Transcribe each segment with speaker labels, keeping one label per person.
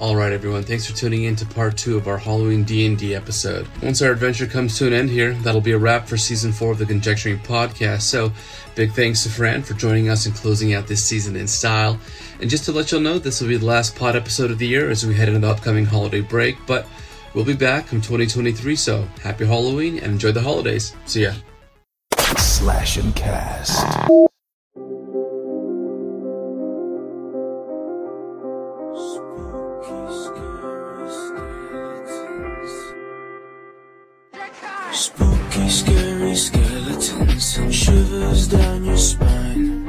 Speaker 1: All right, everyone. Thanks for tuning in to part two of our Halloween D&D episode. Once our adventure comes to an end here, that'll be a wrap for season four of the Conjecturing podcast. So, big thanks to Fran for joining us and closing out this season in style. And just to let y'all know, this will be the last pod episode of the year as we head into the upcoming holiday break. But we'll be back in 2023. So, happy Halloween and enjoy the holidays. See ya.
Speaker 2: Slash and cast.
Speaker 3: Spooky, scary skeletons and shivers down your spine.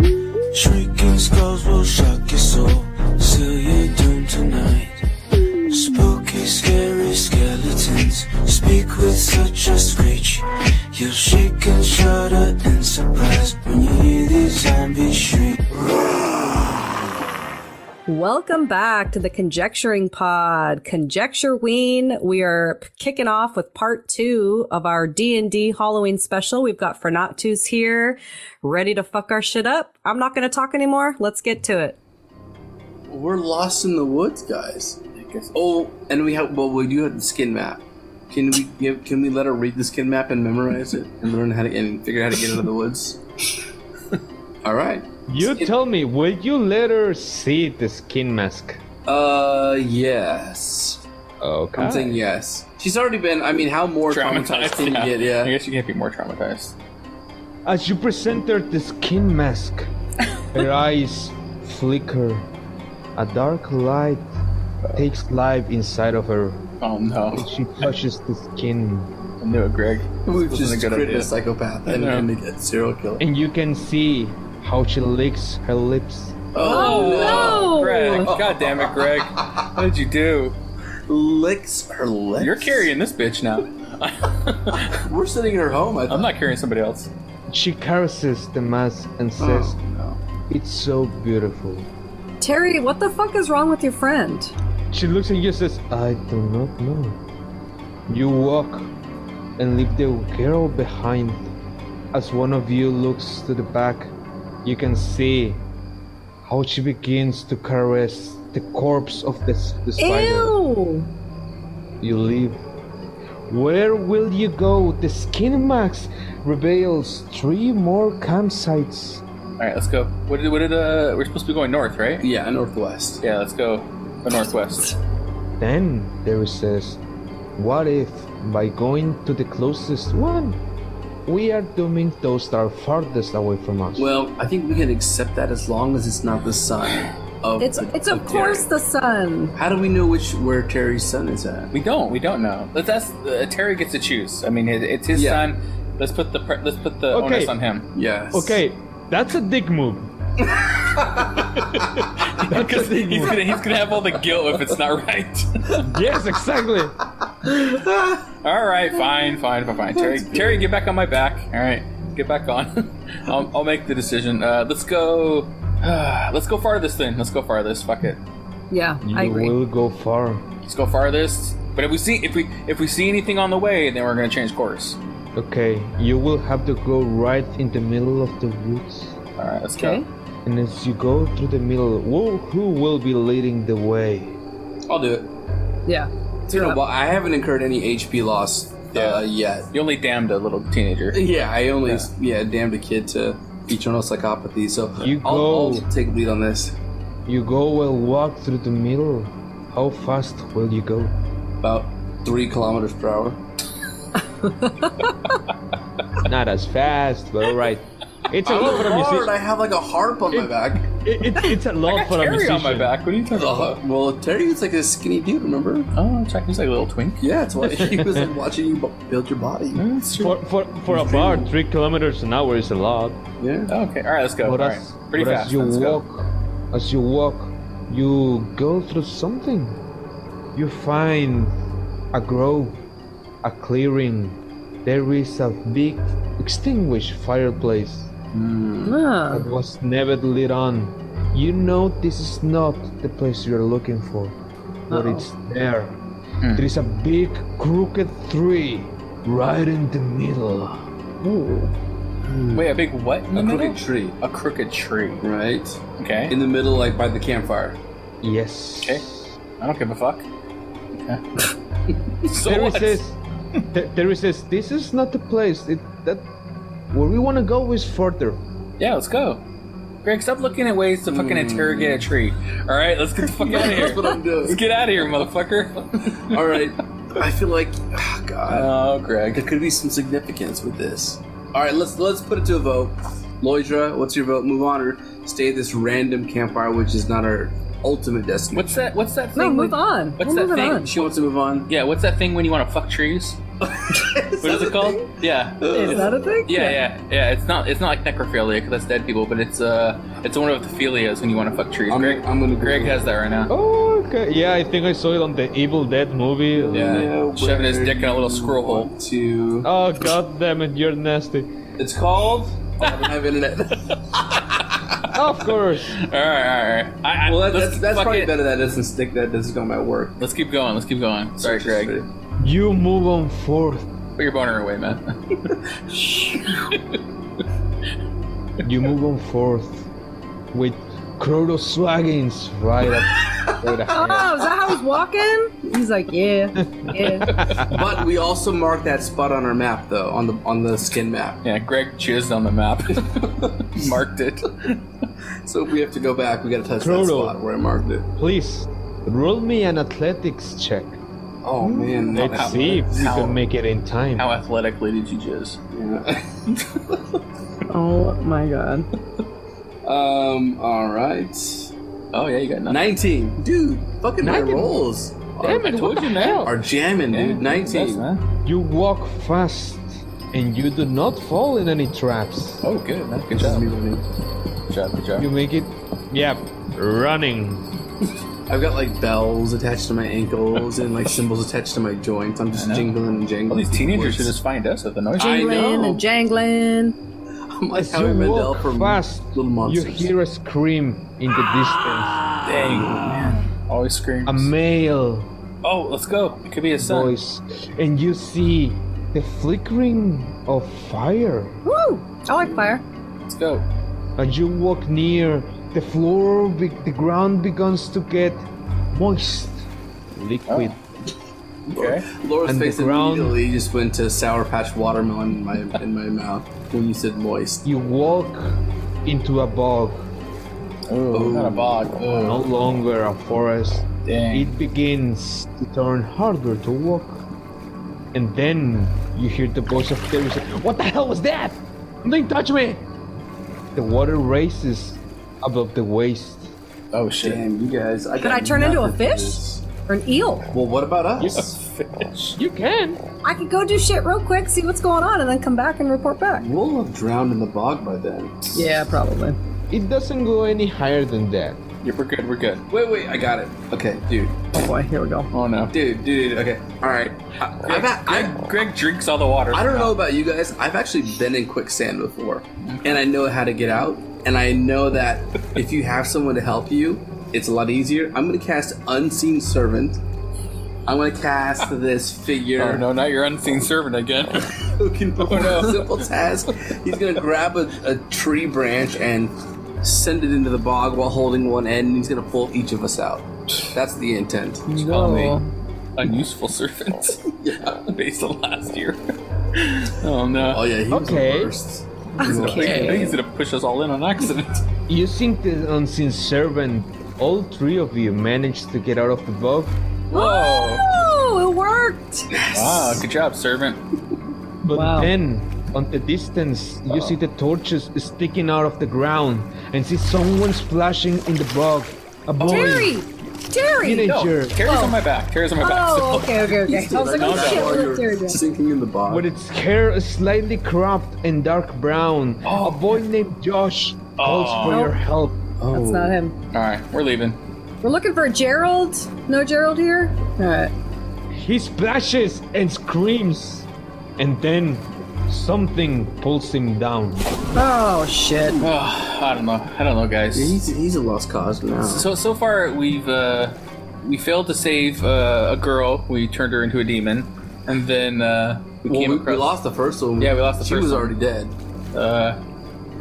Speaker 3: Shrieking skulls will shock your soul, seal your doom tonight. Spooky, scary skeletons speak with such a screech. You'll shake and shudder in surprise when you hear these zombies shriek.
Speaker 4: Welcome back to the Conjecturing Pod, Conjecture Ween. We are p- kicking off with part two of our D and D Halloween special. We've got Fernatus here, ready to fuck our shit up. I'm not going to talk anymore. Let's get to it.
Speaker 1: We're lost in the woods, guys. Oh, and we have well, we do have the skin map. Can we give? Can we let her read the skin map and memorize it and learn how to and figure out how to get out of the woods? All right.
Speaker 5: You tell me, will you let her see the skin mask?
Speaker 1: Uh, yes.
Speaker 5: Okay.
Speaker 1: I'm saying yes. She's already been. I mean, how more traumatized, can you get?
Speaker 6: I
Speaker 1: Yeah.
Speaker 6: guess you can't be more traumatized.
Speaker 5: As you present her the skin mask, her eyes flicker. A dark light takes life inside of her.
Speaker 6: Oh no.
Speaker 5: She touches the skin,
Speaker 6: I knew it, Greg.
Speaker 1: We've
Speaker 6: This wasn't
Speaker 1: just
Speaker 6: a good
Speaker 1: created a
Speaker 6: idea.
Speaker 1: psychopath
Speaker 6: I
Speaker 1: and,
Speaker 6: know.
Speaker 1: and a serial killer.
Speaker 5: and you can see how she licks her lips.
Speaker 4: Oh,
Speaker 6: Greg, god damn it, Greg. What did you do?
Speaker 1: no. Licks her lips.
Speaker 6: You're carrying this bitch now.
Speaker 1: We're sitting at her home. I
Speaker 6: I'm not carrying somebody else.
Speaker 5: She caresses the mask and says,
Speaker 1: Oh, no.
Speaker 5: "It's so beautiful."
Speaker 4: Terry, what the fuck is wrong with your friend?
Speaker 5: She looks at you and says, I do not know. You walk and leave the girl behind. As one of you looks to the back, you can see how she begins to caress the corpse of the, s- the spider.
Speaker 4: Ew!
Speaker 5: You leave. Where will you go? The skin max reveals three more campsites.
Speaker 6: Alright, let's go. What did, what did, uh, we're supposed to be going north, right?
Speaker 1: Yeah, northwest.
Speaker 6: Yeah, let's go. The northwest.
Speaker 5: Then there it says, What if by going to the closest one, we are dooming those that are farthest away from us?
Speaker 1: Well, I think we can accept that as long as it's not the sun of.
Speaker 4: It's
Speaker 1: the-
Speaker 4: it's of
Speaker 1: Terry.
Speaker 4: course the sun.
Speaker 1: How do we know which where Terry's son is at?
Speaker 6: We don't, we don't know. But that's, uh, Terry gets to choose. I mean, it, it's his
Speaker 1: Yeah.
Speaker 6: time. Let's put the, pre- let's put the
Speaker 5: Okay.
Speaker 6: onus on him.
Speaker 1: Yes.
Speaker 5: okay, that's a dick move. that's a
Speaker 6: Because
Speaker 5: dick
Speaker 6: he's
Speaker 5: move.
Speaker 6: gonna, he's gonna have all the guilt if it's not right.
Speaker 5: Yes, exactly.
Speaker 6: All right, fine, fine, fine, fine. Terry, Terry, get back on my back. All right, get back on. I'll, I'll make the decision. Uh, let's go. let's go farthest then. Let's go farthest. Fuck it.
Speaker 4: Yeah, I
Speaker 5: You
Speaker 4: agree.
Speaker 5: will go far.
Speaker 6: Let's go farthest. But if we see if we if we see anything on the way, then we're gonna change course.
Speaker 5: Okay, you will have to go right in the middle of the woods.
Speaker 6: All right, let's
Speaker 4: Okay.
Speaker 5: And as you go through the middle, who, who will be leading the way?
Speaker 1: I'll do it.
Speaker 4: Yeah.
Speaker 1: It's been a while. I haven't incurred any HP loss uh,
Speaker 6: Yeah.
Speaker 1: yet.
Speaker 6: go. You only damned a little teenager.
Speaker 1: Yeah, I only yeah. damned a kid to eternal psychopathy. So
Speaker 5: You
Speaker 1: I'll, I'll
Speaker 5: go.
Speaker 1: take lead on this.
Speaker 5: You go and walk through the middle. How fast will you go?
Speaker 1: About three kilometers per hour.
Speaker 5: Not as fast, but alright. It's a
Speaker 1: I'm
Speaker 5: lot for a
Speaker 1: hard.
Speaker 5: musician.
Speaker 1: I have like a harp on my back.
Speaker 5: it's a lot for a
Speaker 6: Terry
Speaker 5: musician.
Speaker 6: on my back. What are you talking about?
Speaker 1: Uh, well, Terry was like a skinny dude, remember?
Speaker 6: Oh, check. He's like a little twink.
Speaker 1: Yeah, it's why he was like watching you bu- build your body.
Speaker 6: That's true.
Speaker 5: For, for, for a bar, three kilometers an hour is a lot.
Speaker 1: Yeah.
Speaker 6: Okay. All right, let's go.
Speaker 5: But
Speaker 6: All right.
Speaker 5: as,
Speaker 6: Pretty
Speaker 5: but
Speaker 6: fast.
Speaker 5: as you
Speaker 6: let's go.
Speaker 5: walk, as you walk, you go through something. You find a grove, a clearing. There is a big extinguished fireplace.
Speaker 4: Huh.
Speaker 5: It was never lit on. You know this is not the place you're looking for, but
Speaker 4: Uh-oh.
Speaker 5: it's there.
Speaker 6: Hmm.
Speaker 5: There is a big crooked tree right in the middle.
Speaker 4: Ooh.
Speaker 6: Wait, a big what in the
Speaker 1: A
Speaker 6: middle?
Speaker 1: crooked tree,
Speaker 6: A crooked tree.
Speaker 1: right?
Speaker 6: Okay.
Speaker 1: In the middle, like by the campfire.
Speaker 5: Yes.
Speaker 6: Okay. I don't give a fuck. Okay. so
Speaker 5: Terry
Speaker 6: what?
Speaker 5: says, Ter- Terry says, this is not the place. It, that where we want to go is further.
Speaker 6: Yeah, let's go. Greg, stop looking at ways to fucking interrogate a tree. All right, let's get the fuck out of
Speaker 1: That's what
Speaker 6: here.
Speaker 1: I'm
Speaker 6: Let's
Speaker 1: doing.
Speaker 6: get out of here, motherfucker.
Speaker 1: All right. I feel like, ah, God,
Speaker 6: Oh,
Speaker 1: there
Speaker 6: Greg.
Speaker 1: could be some significance with this. All right, let's let's put it to a vote. Loidra, what's your vote? Move on or stay at this random campfire, which is not our ultimate destination.
Speaker 6: What's that? What's that thing?
Speaker 4: No,
Speaker 6: when-
Speaker 4: move on.
Speaker 6: What's
Speaker 4: We're
Speaker 6: that
Speaker 4: moving
Speaker 6: thing?
Speaker 4: on.
Speaker 1: She wants to move on.
Speaker 6: Yeah, what's that thing when you want to fuck trees? What is it called? Yeah.
Speaker 4: Is that a thing?
Speaker 6: Yeah, yeah, yeah. It's not. It's not like necrophilia because that's dead people, but it's uh, it's one of the philias when you want to fuck trees.
Speaker 1: I'm-
Speaker 6: Greg,
Speaker 1: I'm gonna
Speaker 6: Greg
Speaker 1: Google it.
Speaker 6: has that right now.
Speaker 5: Oh, okay. Yeah, I think I saw it on the Evil Dead movie.
Speaker 6: Yeah, shoving his dick in a little squirrel hole.
Speaker 1: To
Speaker 5: Oh god damn it, you're nasty.
Speaker 1: it's called. Oh, I don't have internet.
Speaker 5: of course.
Speaker 6: All right, all right. I, I,
Speaker 1: well, that,
Speaker 6: let's
Speaker 1: that's that's
Speaker 6: fuck
Speaker 1: probably
Speaker 6: it.
Speaker 1: better. That doesn't stick. That doesn't go my work.
Speaker 6: Let's keep going. Let's keep going. Sorry, Greg.
Speaker 5: You move on forth.
Speaker 6: Put your boner away, man.
Speaker 5: You move on forth with Crotoswaggins right up right ahead.
Speaker 4: Oh, is that how he's walking? He's like, yeah, yeah.
Speaker 1: But we also marked that spot on our map, though, on the on the skin map.
Speaker 6: yeah, Greg chiseled on the map, marked it.
Speaker 1: So if we have to go back, we gotta touch
Speaker 5: Frodo.
Speaker 1: that spot where I marked it.
Speaker 5: Please, roll me an athletics check.
Speaker 1: Oh
Speaker 4: Mm.
Speaker 1: man, no,
Speaker 5: Let's
Speaker 1: that-
Speaker 5: see if we
Speaker 6: How-
Speaker 5: can make it in time.
Speaker 6: How athletically did you jizz?
Speaker 1: yeah.
Speaker 4: Oh my god.
Speaker 1: Um, all right,
Speaker 6: Oh yeah, you got nothing.
Speaker 1: nineteen, dude. Fucking my rolls
Speaker 6: Damn, I told you, man.
Speaker 1: are jamming,
Speaker 6: Yeah,
Speaker 1: dude.
Speaker 6: that's
Speaker 1: Nineteen.
Speaker 6: nice.
Speaker 5: You walk fast and you do not fall in any traps.
Speaker 6: Oh, good, man. Good
Speaker 1: This is me
Speaker 6: job.
Speaker 1: running.
Speaker 6: Good job. Good job.
Speaker 5: You make it. Yep. Running.
Speaker 1: I've got like bells attached to my ankles and like cymbals attached to my joints. I'm just
Speaker 6: know.
Speaker 1: jingling and jingling.
Speaker 6: All these teenagers should
Speaker 1: Whoops.
Speaker 6: just find us with the noise.
Speaker 1: I
Speaker 4: Jangling
Speaker 1: know.
Speaker 4: and jangling.
Speaker 1: I'm like
Speaker 5: As
Speaker 1: Howie
Speaker 5: you
Speaker 1: Mandel
Speaker 5: walk
Speaker 1: from
Speaker 5: fast,
Speaker 1: Little
Speaker 5: you
Speaker 1: Monsters.
Speaker 5: hear a scream in the distance.
Speaker 6: Dang, man. Always screams.
Speaker 1: Ah.
Speaker 5: A male
Speaker 6: oh, let's go. It could be a son.
Speaker 5: voice, and you see the flickering of fire.
Speaker 4: Woo! I like fire.
Speaker 6: Let's go.
Speaker 5: As you walk near, the floor, be- the ground begins to get moist, liquid.
Speaker 6: Okay.
Speaker 1: Laura's
Speaker 5: And the
Speaker 1: face
Speaker 5: ground-
Speaker 1: immediately just went to sour patch watermelon in my in my mouth when you said moist.
Speaker 5: You walk into a bog,
Speaker 6: Oh, not a bog.
Speaker 5: no
Speaker 6: Oh,
Speaker 5: longer a forest.
Speaker 6: dang.
Speaker 5: It begins to turn harder to walk. And then you hear the voice of Terry say, What the hell was that? Something touched me! The water races above the waist.
Speaker 6: Oh shit.
Speaker 1: Damn, you guys! I
Speaker 4: Could I turn into a fish? Or an eel.
Speaker 1: Well, what about us?
Speaker 6: Fish.
Speaker 5: You can!
Speaker 4: I could go do shit real quick, see what's going on, and then come back and report back.
Speaker 1: We'll have drowned in the bog by then.
Speaker 4: Yeah, probably.
Speaker 5: It doesn't go any higher than that.
Speaker 6: Yeah, we're good. We're good.
Speaker 1: Wait, wait, I got it. Okay, dude,
Speaker 4: Oh boy, here we go.
Speaker 6: Oh no.
Speaker 1: dude, dude. Okay, all right. I, I've, a- I,
Speaker 6: Greg drinks all the water.
Speaker 1: I don't know about you guys. I've actually been in quicksand before, and I know how to get out. And I know that if you have someone to help you, it's a lot easier. I'm gonna cast unseen servant. I'm gonna cast this figure.
Speaker 6: Oh no, not your unseen servant again.
Speaker 1: who can perform
Speaker 6: Oh, no.
Speaker 1: a simple task. He's gonna grab a, a tree branch and send it into the bog while holding one end, and he's gonna pull each of us out. That's the intent.
Speaker 6: Call me unuseful servant. yeah. Based on last year. oh
Speaker 1: Oh
Speaker 6: no.
Speaker 1: yeah, he
Speaker 5: Okay.
Speaker 1: was the worst.
Speaker 6: I think he's gonna push us all in on accident.
Speaker 5: Using the unseen servant, all three of you managed to get out of the bog.
Speaker 6: Whoa.
Speaker 4: Oh, it worked!
Speaker 6: Wow, good job, servant.
Speaker 5: But
Speaker 4: Wow.
Speaker 5: then, on the distance, you see the torches sticking out of the ground and see someone splashing in the bog. A boy,
Speaker 4: Terry! Terry!
Speaker 5: Teenage-
Speaker 6: No,
Speaker 5: Sure.
Speaker 6: Terry's on my back. Terry's on my back. so-
Speaker 4: Oh, okay, okay, okay. I was like,
Speaker 6: No,
Speaker 4: oh
Speaker 6: no.
Speaker 4: shit, what
Speaker 1: While
Speaker 4: did Terry
Speaker 1: you're
Speaker 4: do?
Speaker 1: sinking in the bog.
Speaker 5: with its hair slightly cropped and dark brown. A boy named Josh calls for your help.
Speaker 4: That's not him.
Speaker 6: All right, we're leaving.
Speaker 4: We're looking for Gerald. No Gerald here? Alright.
Speaker 5: He splashes and screams, and then something pulls him down.
Speaker 4: Oh shit.
Speaker 6: Oh, I don't know. I don't know, guys.
Speaker 1: He's, he's a lost cause now.
Speaker 6: So so far we've uh, we failed to save uh, a girl. We turned her into a demon, and then uh, we
Speaker 1: well,
Speaker 6: came
Speaker 1: we, we
Speaker 6: across.
Speaker 1: lost the first one.
Speaker 6: Yeah, we lost the
Speaker 1: she
Speaker 6: first
Speaker 1: was
Speaker 6: one.
Speaker 1: already dead.
Speaker 6: Uh,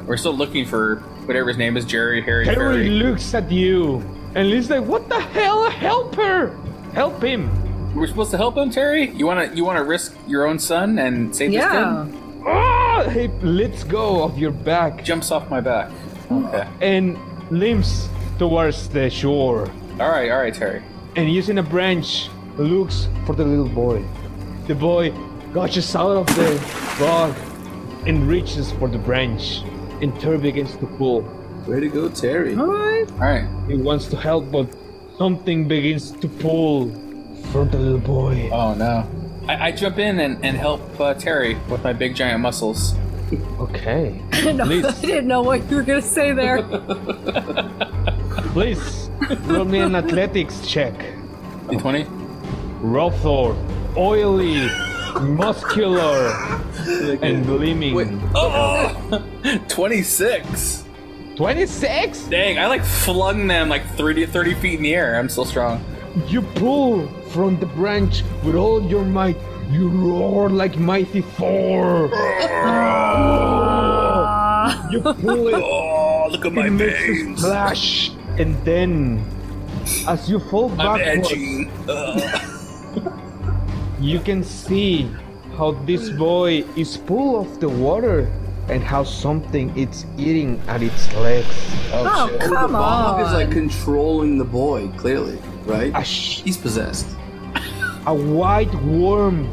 Speaker 6: we're still looking for whatever his name is, Jerry, Harry,
Speaker 5: Terry
Speaker 6: Ferry.
Speaker 5: looks at you And Lee's like, what the hell? Help her! Help him!
Speaker 6: We're supposed to help him, Terry. You wanna you wanna risk your own son and save this
Speaker 4: Yeah.
Speaker 6: kid?
Speaker 5: Ah! Hey, let's go of your back.
Speaker 6: Jumps off my back. Okay.
Speaker 5: And limps towards the shore.
Speaker 6: All right, all right, Terry.
Speaker 5: and using a branch looks for the little boy. The boy gushes out of the rock and reaches for the branch and Terry begins to pull.
Speaker 6: Way to go, Terry. All
Speaker 4: Alright.
Speaker 6: right.
Speaker 5: He wants to help but something begins to pull from the little boy.
Speaker 6: Oh no. I, I jump in and, and help uh, Terry with my big giant muscles.
Speaker 5: Okay.
Speaker 4: I didn't, know, I
Speaker 5: Please.
Speaker 4: didn't know what you were going to say
Speaker 1: Oh,
Speaker 4: there.
Speaker 5: Please roll me an athletics check.
Speaker 6: Twenty.
Speaker 5: Rothor, oily, muscular, and gleaming.
Speaker 6: Oh! 26.
Speaker 5: 26?
Speaker 6: Dang, I like flung them like 30, 30 feet in the air. I'm still strong.
Speaker 5: You pull from the branch with all your might. You roar like mighty Thor. you pull it.
Speaker 6: Oh, look at my
Speaker 5: it makes a
Speaker 6: veins.
Speaker 5: splash, and then, as you fall
Speaker 6: I'm
Speaker 5: backwards,
Speaker 6: edgy. Ugh.
Speaker 5: you can see how this boy is pulled off the water and how something is eating at its legs.
Speaker 4: Oh,
Speaker 7: shit.
Speaker 4: come
Speaker 7: Bob is like
Speaker 4: on.
Speaker 7: controlling the boy, clearly, right?
Speaker 5: A, sh-
Speaker 7: He's possessed.
Speaker 5: a white worm,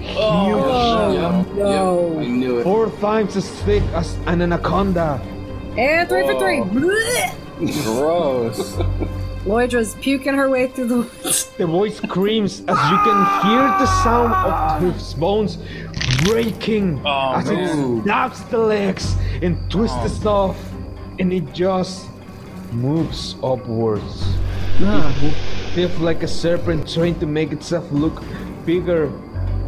Speaker 5: huge.
Speaker 7: Yeah,
Speaker 4: no.
Speaker 5: Oh.
Speaker 7: yeah, I knew it.
Speaker 5: Four times as thick as an anaconda.
Speaker 4: And three for three.
Speaker 1: Oh.
Speaker 6: Whoa.
Speaker 4: Blech.
Speaker 6: Gross.
Speaker 4: Loidra's puking her way through the.
Speaker 5: The boy screams as you can hear the sound of his bones breaking
Speaker 6: Oh,
Speaker 5: as
Speaker 6: man. Oh.
Speaker 5: it snaps the legs and twists the stuff, and it just moves upwards. It feels like a serpent trying to make itself look bigger,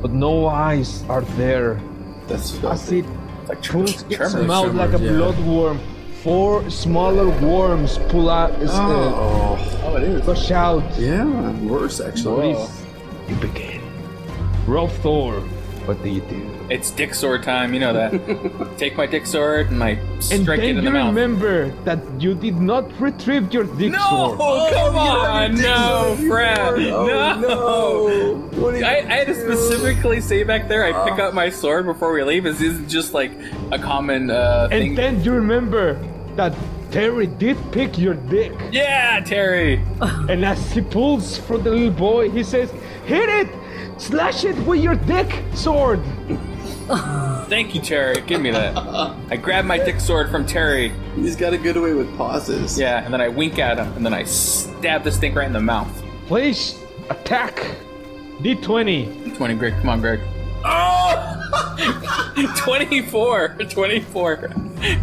Speaker 5: but no eyes are there.
Speaker 7: That's
Speaker 5: As
Speaker 7: filthy.
Speaker 5: it
Speaker 6: like
Speaker 5: pulls
Speaker 6: tremors,
Speaker 5: its
Speaker 6: tremors,
Speaker 5: mouth like a
Speaker 7: yeah.
Speaker 5: bloodworm, four smaller worms pull out, uh,
Speaker 7: Oh,
Speaker 6: Oh, it is.
Speaker 5: gush out.
Speaker 7: yeah, worse actually.
Speaker 6: Whoa.
Speaker 5: you begin. Rough Thor, what do you do?
Speaker 6: It's dick sword time. You know that. Take my dick sword and I
Speaker 5: And
Speaker 6: strike it
Speaker 5: then
Speaker 6: in
Speaker 5: you
Speaker 6: the mouth.
Speaker 5: remember that you did not retrieve your dick
Speaker 6: No!
Speaker 5: sword.
Speaker 6: Oh, come on! No, Oh, Fred!
Speaker 7: Oh, no. Ah. What do you
Speaker 6: I, I had to
Speaker 7: do?
Speaker 6: specifically say back there, I pick up my sword before we leave. This isn't just like a common uh, thing.
Speaker 5: And then you remember that Terry did pick your dick.
Speaker 6: yeah, Terry.
Speaker 5: And as he pulls for the little boy, he says, Hit it! Slash it with your dick sword!
Speaker 6: Thank you, Terry. Give me that. I grab my dick sword from Terry.
Speaker 7: He's got a good way with pauses.
Speaker 6: Yeah, and then I wink at him, and then I stab this thing right in the mouth.
Speaker 5: Please attack! D20.
Speaker 6: Twenty, Greg. Come on, Greg. Oh! 24 24 greg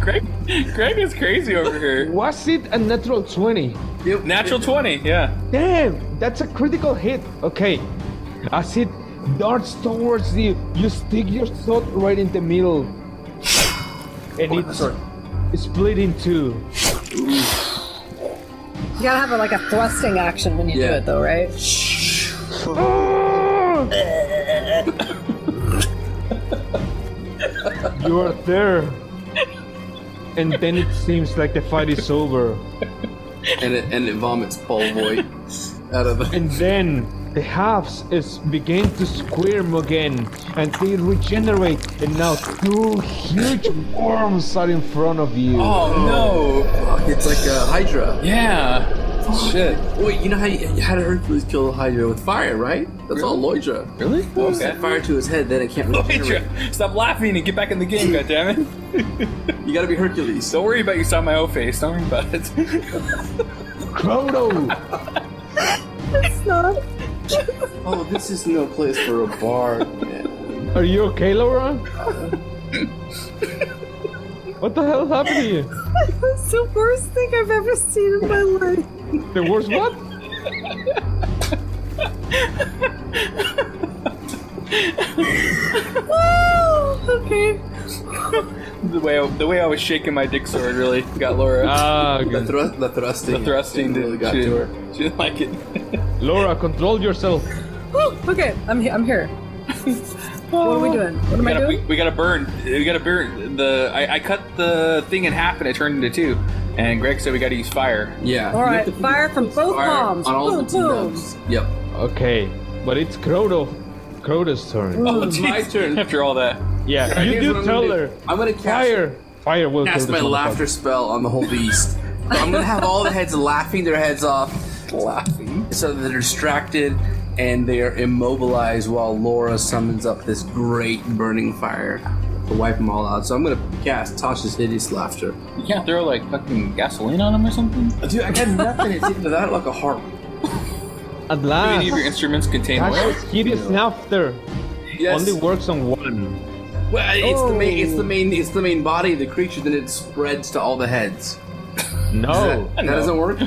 Speaker 6: greg is crazy over here
Speaker 5: Was it a natural 20?
Speaker 6: natural 20 yeah
Speaker 5: Damn, that's a critical hit. Okay, as it darts towards you, you stick your sword right in the middle, and it's split in two.
Speaker 4: You gotta have like a thrusting action when you do
Speaker 7: Yeah.
Speaker 4: it, though, right?
Speaker 5: You are there, and then it seems like the fight is over,
Speaker 7: And it and it vomits Polvoid out of the
Speaker 5: and then. The halves is begin to squirm again and they regenerate and now two huge worms are in front of you.
Speaker 6: oh no
Speaker 7: Fuck, It's like a Hydra.
Speaker 6: yeah shit
Speaker 7: Wait, you know how you, how did Hercules kill a Hydra with fire, right? That's all Loidra.
Speaker 6: really
Speaker 7: He
Speaker 6: okay
Speaker 7: set fire to his head, then it can't regenerate.
Speaker 6: Petra, stop laughing and get back in the game, goddammit.
Speaker 7: You gotta be Hercules.
Speaker 6: Don't worry about you saw my O face. Don't worry about it.
Speaker 5: Croto!
Speaker 7: oh, this is no place for a bar, man.
Speaker 5: Are you okay, Laura? what the hell happened to you?
Speaker 4: That's the worst thing I've ever seen in my life.
Speaker 5: The worst what?
Speaker 4: okay.
Speaker 6: the way I, the way I was shaking my dick sword really got Laura.
Speaker 5: Ah,
Speaker 7: The, thrust, the thrusting.
Speaker 6: the thrusting
Speaker 7: really
Speaker 6: did
Speaker 7: got
Speaker 6: she,
Speaker 7: to
Speaker 6: didn't-
Speaker 7: her.
Speaker 6: she didn't like it.
Speaker 5: Laura, control yourself.
Speaker 4: Whew, okay, I'm he- I'm here. what are we doing? What am
Speaker 6: We
Speaker 4: I
Speaker 6: gotta, we,
Speaker 4: doing?
Speaker 6: we gotta burn. We gotta burn the. I, I cut the thing in half and it turned into two. And Greg said we got to use fire.
Speaker 1: Yeah.
Speaker 4: All
Speaker 1: you
Speaker 4: right,
Speaker 1: have to put
Speaker 4: fire from both
Speaker 1: fire
Speaker 4: palms.
Speaker 1: On all
Speaker 4: boom,
Speaker 1: the two
Speaker 4: boom.
Speaker 1: knobs. Yep.
Speaker 5: Okay, but it's Croto. Croto's turn.
Speaker 1: Oh, it's my
Speaker 6: Jeez,
Speaker 1: turn.
Speaker 6: After all that.
Speaker 5: Yeah,
Speaker 1: Alright,
Speaker 5: you
Speaker 1: here's what
Speaker 5: do
Speaker 1: I'm
Speaker 5: tell
Speaker 1: gonna do.
Speaker 5: her.
Speaker 1: I'm gonna cast,
Speaker 5: Fire! Fire will
Speaker 1: cast
Speaker 5: kill
Speaker 1: my
Speaker 5: this
Speaker 1: laughter spell on the whole beast. I'm gonna have all the heads laughing their heads off, laughing, so that they're distracted and they are immobilized while Laura summons up this great burning fire to wipe them all out. So I'm gonna cast Tasha's hideous laughter.
Speaker 6: You can't throw like fucking gasoline on him or something?
Speaker 1: Uh, Dude, I got nothing. It's either that or like a harp.
Speaker 5: motherfucker. At
Speaker 6: Do any of your
Speaker 5: last,
Speaker 6: instruments contain oil?
Speaker 5: Tasha's hideous laughter
Speaker 1: Yes. Oh.
Speaker 5: only works on one.
Speaker 1: Well, it's the main. It's the main. It's the main body of the creature. Then it spreads to all the heads.
Speaker 5: No,
Speaker 1: that doesn't work.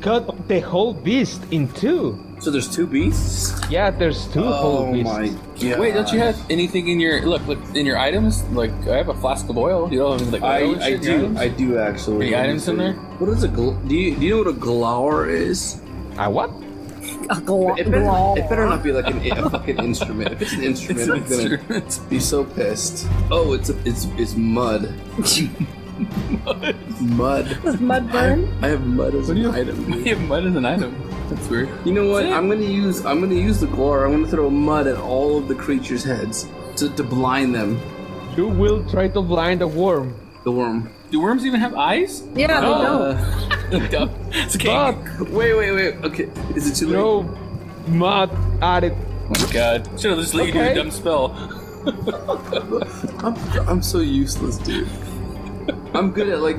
Speaker 5: cut the whole beast in two.
Speaker 1: So there's two beasts. Oh
Speaker 5: Yeah, there's two whole beasts.
Speaker 1: god!
Speaker 6: Wait, don't you have anything in your look? Look in your items. Like I have a flask of oil. You don't have like
Speaker 1: I,
Speaker 6: oil and
Speaker 1: I
Speaker 6: shit in your
Speaker 1: do.
Speaker 6: items?
Speaker 1: I do actually.
Speaker 6: Any items in there?
Speaker 1: What is a gl- do you do you know what a glower is?
Speaker 5: I Ah, what?
Speaker 4: A gl-
Speaker 1: It better,
Speaker 4: glow.
Speaker 1: it better not be like an, a fucking instrument. If it's an instrument, I'm gonna
Speaker 6: Instruments.
Speaker 1: be so pissed. Oh, it's it's it's mud. mud.
Speaker 4: mud burn.
Speaker 1: I have mud as
Speaker 6: What
Speaker 1: an
Speaker 6: do you have?
Speaker 1: item.
Speaker 6: You have mud as an item. That's weird.
Speaker 1: You know what? I'm gonna use I'm gonna use the glower. I'm gonna throw mud at all of the creatures' heads to, to blind them.
Speaker 5: You will try to blind a worm.
Speaker 1: The worm.
Speaker 6: Do worms even have eyes?
Speaker 4: Yeah, they don't.
Speaker 1: Uh,
Speaker 6: Duh. It's okay.
Speaker 5: But
Speaker 1: wait, wait, wait. Okay, is it too late?
Speaker 5: throw mud at it.
Speaker 6: Oh my god. Should have just let you do
Speaker 5: Okay.
Speaker 6: a dumb spell.
Speaker 1: I'm, I'm so useless, dude. I'm good at like.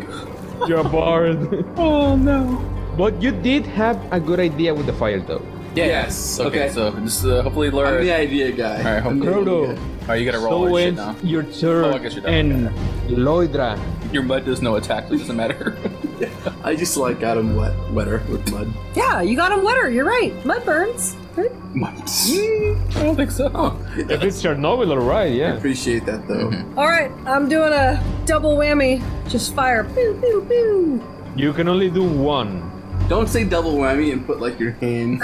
Speaker 5: You're barred.
Speaker 6: Oh no.
Speaker 5: but you did have a good idea with the fire, though.
Speaker 1: Yes.
Speaker 6: Okay,
Speaker 1: Okay.
Speaker 6: so just uh, hopefully Laura.
Speaker 1: I'm the idea guy.
Speaker 6: All right,
Speaker 1: I'm the
Speaker 6: hope-
Speaker 1: idea
Speaker 5: Croto.
Speaker 1: guy.
Speaker 6: Oh, you gotta roll
Speaker 5: So
Speaker 6: all that
Speaker 5: ends
Speaker 6: shit
Speaker 5: your turn,
Speaker 6: Oh, I guess you're done.
Speaker 5: and Loidra.
Speaker 6: now. Your mud does no attack. So it doesn't matter.
Speaker 1: I just like got him wet, wetter with mud.
Speaker 4: Yeah, you got them wetter. You're right. Mud burns.
Speaker 1: Mud.
Speaker 6: I don't think so.
Speaker 5: If it's Chernobyl, alright, yeah.
Speaker 1: Appreciate that though.
Speaker 4: All right, I'm doing a double whammy. Just fire. Pew, pew, pew.
Speaker 5: You can only do one.
Speaker 1: Don't say double whammy and put like your hand.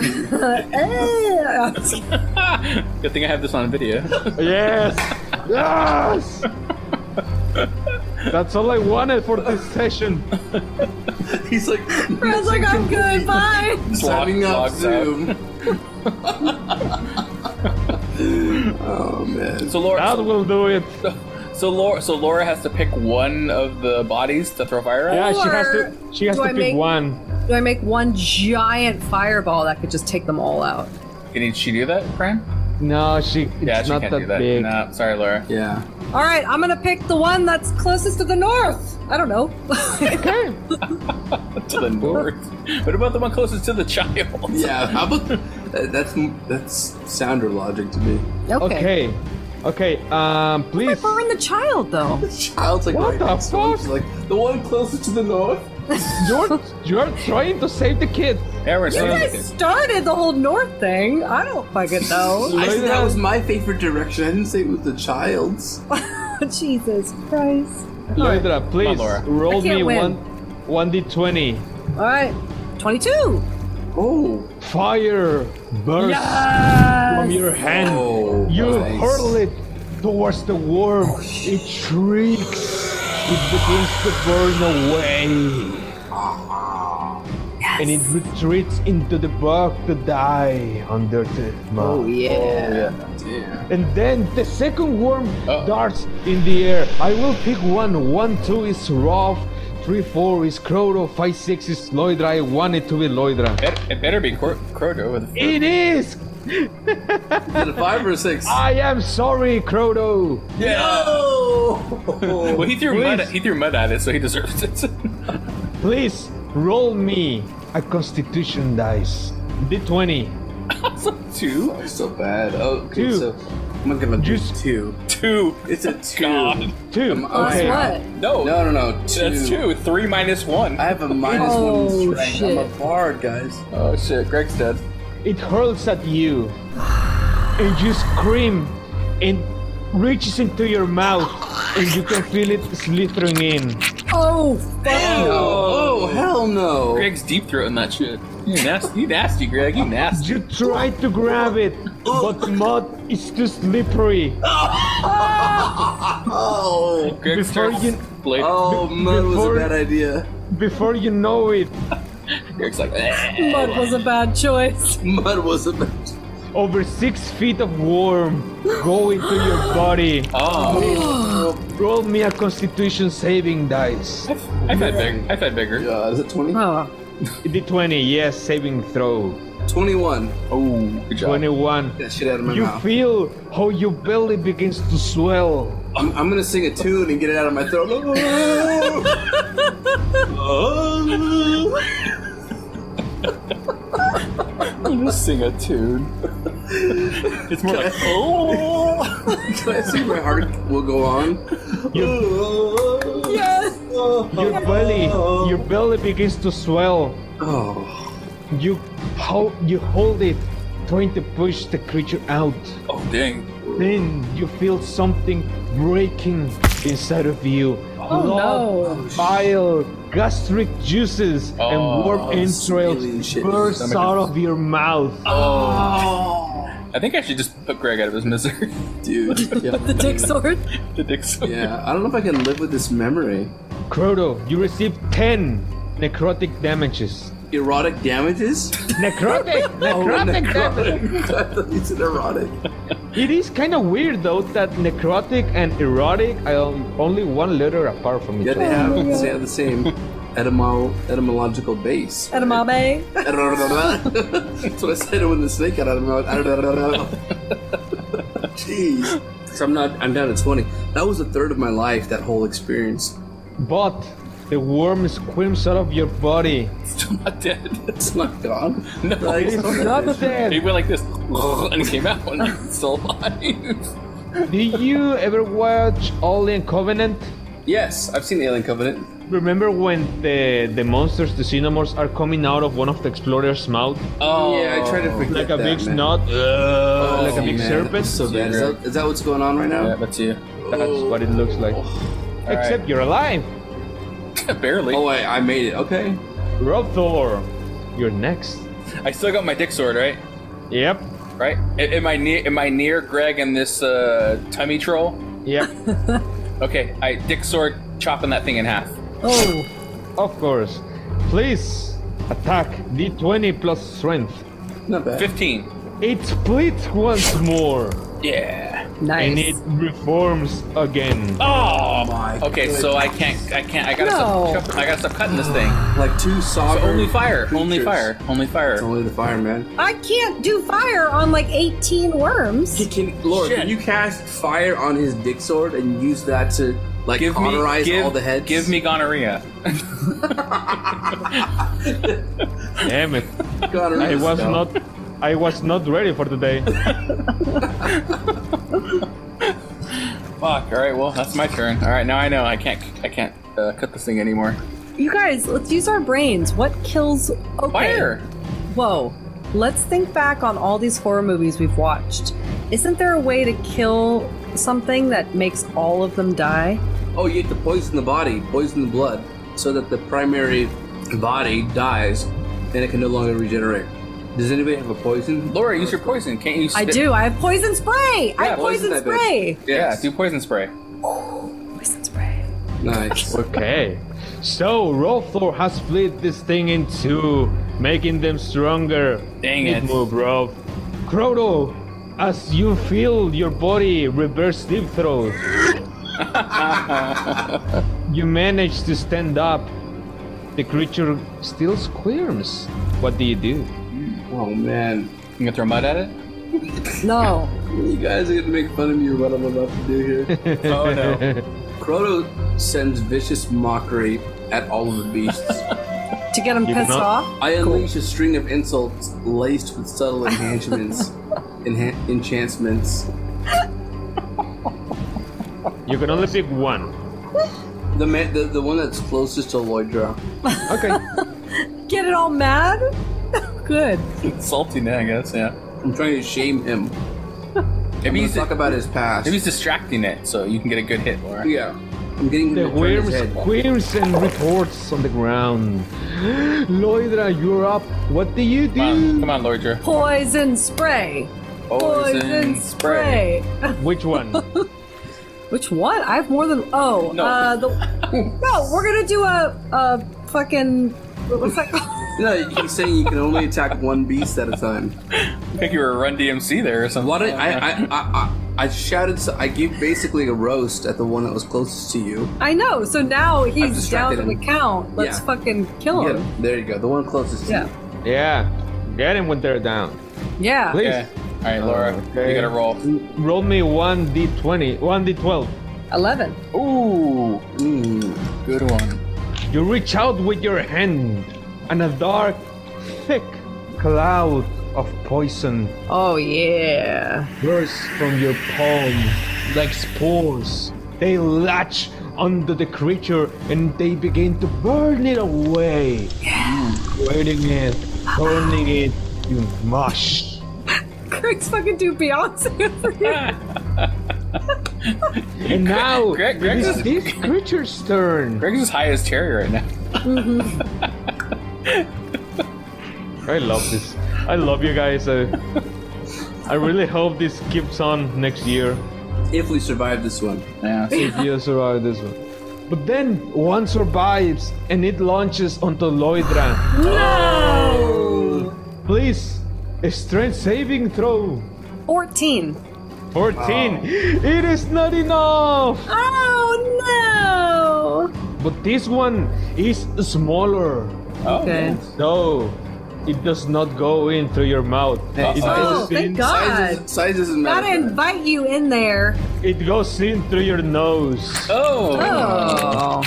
Speaker 4: Eh.
Speaker 6: Good thing I have this on video.
Speaker 5: Yes! yes! That's all I wanted for this session.
Speaker 1: He's like.
Speaker 4: I was like, I'm good. Bye.
Speaker 1: Signing up
Speaker 6: Lock- locked out.
Speaker 1: Zoom. oh man.
Speaker 6: So Laura,
Speaker 5: That will do it.
Speaker 6: so Laura, so Laura has to pick one of the bodies to throw fire at.
Speaker 5: Yeah, she has
Speaker 4: Or
Speaker 5: to. She has
Speaker 4: do
Speaker 5: to
Speaker 4: I
Speaker 5: pick
Speaker 4: make-
Speaker 5: one.
Speaker 4: Do I make one giant fireball that could just take them all out?
Speaker 6: Can she do that, Fran?
Speaker 5: No, she. It's
Speaker 6: Yeah, she
Speaker 5: not
Speaker 6: can't
Speaker 5: that
Speaker 6: do that.
Speaker 5: big.
Speaker 6: No, sorry, Laura.
Speaker 1: Yeah.
Speaker 4: All right, I'm gonna pick the one that's closest to the north. I don't know.
Speaker 6: to the north. What about the one closest to the child?
Speaker 1: Yeah. How about that, that's that's sounder logic to me.
Speaker 4: okay.
Speaker 5: Okay. Okay. Um,
Speaker 4: We're
Speaker 5: please.
Speaker 4: burn the child though.
Speaker 1: Child's like
Speaker 5: What
Speaker 1: right
Speaker 5: the
Speaker 1: next to him.
Speaker 5: fuck?
Speaker 1: She's like the one closest to the north.
Speaker 5: You're you're trying to save the kid.
Speaker 6: Aaron,
Speaker 4: You guys started the whole north thing. I don't fucking know.
Speaker 1: I said
Speaker 5: Later.
Speaker 1: that was my favorite direction. I didn't say it was the child's.
Speaker 4: Jesus Christ.
Speaker 5: Loidra, please
Speaker 6: Laura.
Speaker 5: roll
Speaker 4: I can't
Speaker 5: me
Speaker 4: win.
Speaker 5: one, one d twenty.
Speaker 4: All right, 22.
Speaker 1: Oh.
Speaker 5: Fire bursts from your hand.
Speaker 1: Oh.
Speaker 5: You
Speaker 1: nice. Oh,
Speaker 5: hurl it towards the worm. it shrieks. It begins to burn away. And it retreats into the bog to die under the
Speaker 1: Oh,
Speaker 5: mud.
Speaker 4: Yeah.
Speaker 5: And then the second worm
Speaker 6: Uh-oh.
Speaker 5: darts in the air. I will pick one. One, two is Rolf. Three, four is Croto. Five, six is Loidra. I want it to be Loidra.
Speaker 6: Bet- it better be Cro- Croto with a
Speaker 5: It is!
Speaker 1: Is it a five or a six?
Speaker 6: Ah,
Speaker 5: I am sorry, Croto.
Speaker 1: No.
Speaker 6: Well, he threw mud.
Speaker 5: Please.
Speaker 6: At, he threw mud at it, so he deserves it.
Speaker 5: Please roll me a constitution dice. D20.
Speaker 6: two,
Speaker 1: so bad. Oh, okay,
Speaker 5: Two.
Speaker 1: so I'm gonna do
Speaker 5: Just-
Speaker 1: two.
Speaker 6: two.
Speaker 1: It's a two.
Speaker 6: God.
Speaker 5: Two.
Speaker 1: Um,
Speaker 4: Plus
Speaker 1: Okay.
Speaker 4: what?
Speaker 6: No,
Speaker 1: No, no, no. Two.
Speaker 6: that's two. Three minus one.
Speaker 1: I have a minus
Speaker 4: Oh,
Speaker 1: one in strength. I'm
Speaker 4: shit.
Speaker 1: a bard, guys.
Speaker 6: oh shit, Greg's dead.
Speaker 5: It hurls at you. And you scream and reaches into your mouth and you can feel it slithering in.
Speaker 4: Oh, fuck.
Speaker 1: Oh, hell no.
Speaker 6: Greg's deep throating that shit. You nasty, you nasty, Greg. You nasty.
Speaker 5: You try to grab it, but mud is too slippery.
Speaker 1: Oh.
Speaker 6: Greg
Speaker 5: Before
Speaker 6: starts
Speaker 5: you-
Speaker 6: blade-
Speaker 1: Oh, mud was
Speaker 5: Before-
Speaker 1: a bad idea.
Speaker 5: before you know it,
Speaker 6: Eric's like, "Eh."
Speaker 4: Mud was a bad choice.
Speaker 1: Mud was a bit.
Speaker 5: over six feet of worm go into your body.
Speaker 6: oh,
Speaker 5: Roll me a constitution saving dice.
Speaker 6: I've had bigger. I've had bigger.
Speaker 1: Uh, is it 20?
Speaker 4: Oh,
Speaker 5: D20, yes, saving throw.
Speaker 1: 21.
Speaker 6: Oh, good job.
Speaker 5: 21.
Speaker 1: That shit out of my
Speaker 5: You
Speaker 1: mouth.
Speaker 5: feel how your belly begins to swell.
Speaker 1: I'm, I'm gonna sing a tune and get it out of my throat.
Speaker 6: You just sing a tune. it's more like oh.
Speaker 1: Can I see my heart will go on?
Speaker 5: Your belly, your belly begins to swell.
Speaker 1: Oh,
Speaker 5: You how you hold it, trying to push the creature out.
Speaker 6: Oh dang.
Speaker 5: Then you feel something breaking inside of you.
Speaker 4: oh
Speaker 5: Blood,
Speaker 4: no.
Speaker 5: bile, gastric juices,
Speaker 1: Oh,
Speaker 5: and warp
Speaker 1: smelly
Speaker 5: entrails
Speaker 1: shit.
Speaker 5: burst
Speaker 6: Stomach
Speaker 5: out
Speaker 6: is-
Speaker 5: of your mouth.
Speaker 6: I think I should just put Greg out of his misery.
Speaker 1: dude. Yeah.
Speaker 4: The dick sword.
Speaker 6: the dick's
Speaker 1: yeah, I don't know if I can live with this memory.
Speaker 5: Croto, you receive 10 necrotic damages.
Speaker 1: Erotic damages?
Speaker 5: Necrotic!
Speaker 1: Oh,
Speaker 5: necrotic damage!
Speaker 1: I thought you said erotic.
Speaker 5: It is kind of weird though that necrotic and erotic are only one letter apart from each
Speaker 1: Yeah,
Speaker 5: other.
Speaker 1: they have, they have the same etymol- etymological base.
Speaker 4: Edamame.
Speaker 1: That's what I said when the snake got out of my mouth. Jeez. So I'm not. I'm down to 20. That was a third of my life. That whole experience.
Speaker 5: But the worm squirms out of your body.
Speaker 6: still not dead.
Speaker 1: It's not gone.
Speaker 6: No.
Speaker 1: Like, it's
Speaker 5: Not dead.
Speaker 6: He went like this and came out and he's still alive.
Speaker 5: Did you ever watch Alien Covenant?
Speaker 1: Yes, I've seen Alien Covenant.
Speaker 5: Remember when the the monsters, the xenomorphs, are coming out of one of the explorer's mouth
Speaker 6: Oh
Speaker 1: Yeah, I try to forget
Speaker 5: like a
Speaker 1: that,
Speaker 5: big
Speaker 1: man. Oh,
Speaker 5: snot, uh, like a big
Speaker 1: man,
Speaker 5: serpent?
Speaker 1: that's So bad. Is that, is that what's going on right now?
Speaker 6: Yeah, that's you.
Speaker 5: That's what it looks like. Except you're alive.
Speaker 6: Barely.
Speaker 1: Oh, I, I made it. Okay.
Speaker 5: Rob Thor, you're next.
Speaker 6: I still got my dick sword, right?
Speaker 5: Yep.
Speaker 6: Right? A- Am I near? Am I near Greg and this uh, tummy troll?
Speaker 5: Yep.
Speaker 6: Okay, I dick sword chopping that thing in half.
Speaker 4: Oh,
Speaker 5: Of course. Please attack D20 plus strength.
Speaker 1: Not bad.
Speaker 6: Fifteen.
Speaker 5: It splits once more
Speaker 6: Yeah.
Speaker 4: nice.
Speaker 5: and it reforms again.
Speaker 6: Oh
Speaker 1: my
Speaker 6: Okay, so I can't. I can't. I gotta.
Speaker 4: No.
Speaker 6: Stop, I gotta stop cutting this thing.
Speaker 1: Like two
Speaker 6: So
Speaker 1: sovereign.
Speaker 6: only fire. Only
Speaker 1: creatures.
Speaker 6: fire. Only
Speaker 1: It's
Speaker 6: fire.
Speaker 1: only the fire, man.
Speaker 4: I can't do fire on like 18 worms.
Speaker 1: Can Lord,
Speaker 6: Shit.
Speaker 1: can you cast fire on his dick sword and use that to like
Speaker 6: Give me.
Speaker 1: cauterize
Speaker 6: Give,
Speaker 1: all the heads?
Speaker 6: give me gonorrhea.
Speaker 5: Damn it.
Speaker 1: Gonorrhea
Speaker 5: I was
Speaker 1: spell.
Speaker 5: not I was not ready for the day.
Speaker 6: Fuck. All right. Well, that's my turn. All right. Now I know. I can't. I can't uh, cut this thing anymore.
Speaker 4: You guys, let's use our brains. What kills okay.
Speaker 6: Fire.
Speaker 4: Whoa. Let's think back on all these horror movies we've watched. Isn't there a way to kill something that makes all of them die?
Speaker 1: Oh, you have to poison the body, poison the blood, so that the primary body dies and it can no longer regenerate. Does anybody have a poison?
Speaker 6: Laura, use your poison. Can't you?
Speaker 4: I
Speaker 6: spit-
Speaker 4: do. I have poison spray. I
Speaker 6: Yeah,
Speaker 4: have poison,
Speaker 1: that bitch.
Speaker 4: spray.
Speaker 6: Yeah.
Speaker 1: Yes.
Speaker 6: Do poison spray.
Speaker 4: Poison spray.
Speaker 1: Nice.
Speaker 5: Okay. So Rolthor has split this thing in two, making them stronger.
Speaker 6: Dang
Speaker 5: Neat
Speaker 6: it.
Speaker 5: move, bro. Croto, as you feel your body reverse deep throw, you manage to stand up. The creature still squirms. What do you do?
Speaker 1: oh man.
Speaker 6: You gonna throw mud at it?
Speaker 4: No.
Speaker 1: You guys are gonna make fun of me what I'm about to do here.
Speaker 6: Oh no.
Speaker 1: Croto sends vicious mockery at all of the beasts.
Speaker 4: to get them
Speaker 5: You
Speaker 4: pissed
Speaker 5: cannot-
Speaker 4: off.
Speaker 1: I unleash a string of insults laced with subtle enhancements, enhan- enchantments.
Speaker 5: You can only pick one.
Speaker 1: The, man, the the one that's closest to Lloydra.
Speaker 5: Okay.
Speaker 4: Get it all mad? Good.
Speaker 6: Salty now, I guess. Yeah.
Speaker 1: I'm trying to shame him.
Speaker 6: Maybe
Speaker 1: Maybe
Speaker 6: he's,
Speaker 1: he's talk about his past.
Speaker 6: maybe he's distracting it, so you can get a good hit, Laura.
Speaker 1: yeah. I'm getting him
Speaker 5: The
Speaker 1: to turn his
Speaker 5: worm
Speaker 1: head.
Speaker 5: squirms and reports on the ground. Loidra, you're up. What do you do?
Speaker 6: Come on, come on, Lordra.
Speaker 4: Poison spray. spray.
Speaker 5: Which one?
Speaker 4: Which one? I have more than. Oh,
Speaker 6: No.
Speaker 4: uh, the, no. We're gonna do a, a fucking what's that called?
Speaker 7: No, he's saying you can only attack one beast at a time.
Speaker 6: I think you were a Run DMC there or something.
Speaker 7: Why did I, I, I, I, I shouted? So I gave basically a roast at the one that was closest to you.
Speaker 4: I know. So now
Speaker 7: I'm
Speaker 4: he's down
Speaker 7: distracted
Speaker 4: to the
Speaker 7: and-
Speaker 4: count. Let's
Speaker 7: Yeah.
Speaker 4: fucking kill
Speaker 7: Get
Speaker 4: him.
Speaker 7: him. There you go. The one closest to
Speaker 4: Yeah.
Speaker 7: you.
Speaker 5: Yeah, get him when they're down.
Speaker 4: Yeah.
Speaker 5: Please.
Speaker 6: Okay. All right, Laura,
Speaker 5: Okay.
Speaker 6: you gotta roll.
Speaker 5: Roll me 1d20, 1d12.
Speaker 4: Eleven.
Speaker 6: Ooh,
Speaker 7: Mm.
Speaker 6: good one.
Speaker 5: You reach out with your hand, and a dark, thick cloud of poison
Speaker 4: Oh yeah.
Speaker 5: bursts from your palm like spores. They latch onto the creature and they begin to burn it away. Burning it, burning it, you mush.
Speaker 4: Greg's fucking do Beyonce over here.
Speaker 5: And now
Speaker 6: Greg- Greg
Speaker 5: it is
Speaker 6: is-
Speaker 5: this creature's turn.
Speaker 6: Greg's as high as Terry right now.
Speaker 5: I love this. I love you guys. I, I really hope this keeps on next year.
Speaker 7: If we survive this one,
Speaker 6: Yeah.
Speaker 5: If you survive this one. But then one survives and it launches onto Loidra.
Speaker 7: Oh.
Speaker 4: No.
Speaker 5: Please, a strength saving throw.
Speaker 4: Fourteen.
Speaker 5: 14. It is not enough.
Speaker 4: Oh no.
Speaker 5: But this one is smaller.
Speaker 6: Oh,
Speaker 4: Okay.
Speaker 5: No, it does not go in through your mouth. It
Speaker 4: Oh,
Speaker 6: Uh,
Speaker 5: goes,
Speaker 4: thank
Speaker 5: in,
Speaker 7: size,
Speaker 4: God.
Speaker 7: is, size doesn't matter.
Speaker 4: Gotta invite you in there.
Speaker 5: it goes in through your nose.
Speaker 6: Oh.
Speaker 4: Oh.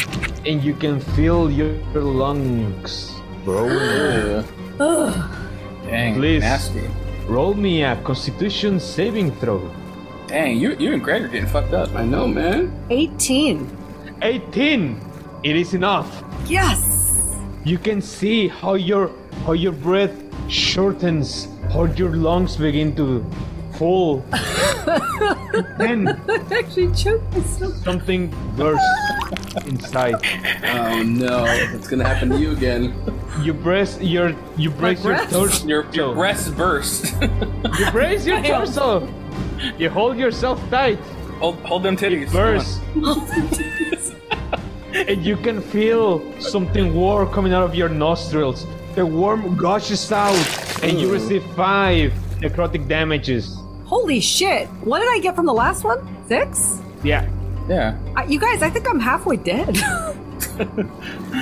Speaker 5: And you can feel your lungs.
Speaker 4: Oh. Ugh.
Speaker 6: Dang.
Speaker 5: Please.
Speaker 6: Nasty.
Speaker 5: Roll me a constitution saving throw.
Speaker 6: Dang, you, you and Greg are getting fucked up.
Speaker 7: I know, man.
Speaker 4: 18.
Speaker 5: 18. It is enough.
Speaker 4: Yes.
Speaker 5: You can see how your how your breath shortens, how your lungs begin to full. then
Speaker 4: I actually choked myself.
Speaker 5: something bursts inside.
Speaker 7: Oh no, it's gonna happen to you again.
Speaker 5: You brace your you brace your
Speaker 4: breath?
Speaker 5: torso.
Speaker 6: Your, your breasts burst.
Speaker 5: You brace your torso. You hold yourself tight.
Speaker 6: hold, hold them titties.
Speaker 5: Burst. and you can feel something warm coming out of your nostrils. The warm gushes out, and you receive five necrotic damages.
Speaker 4: Holy shit. What did I get from the last one? Six?
Speaker 5: Yeah.
Speaker 6: Come on. Yeah.
Speaker 4: I, you guys, I think I'm halfway dead.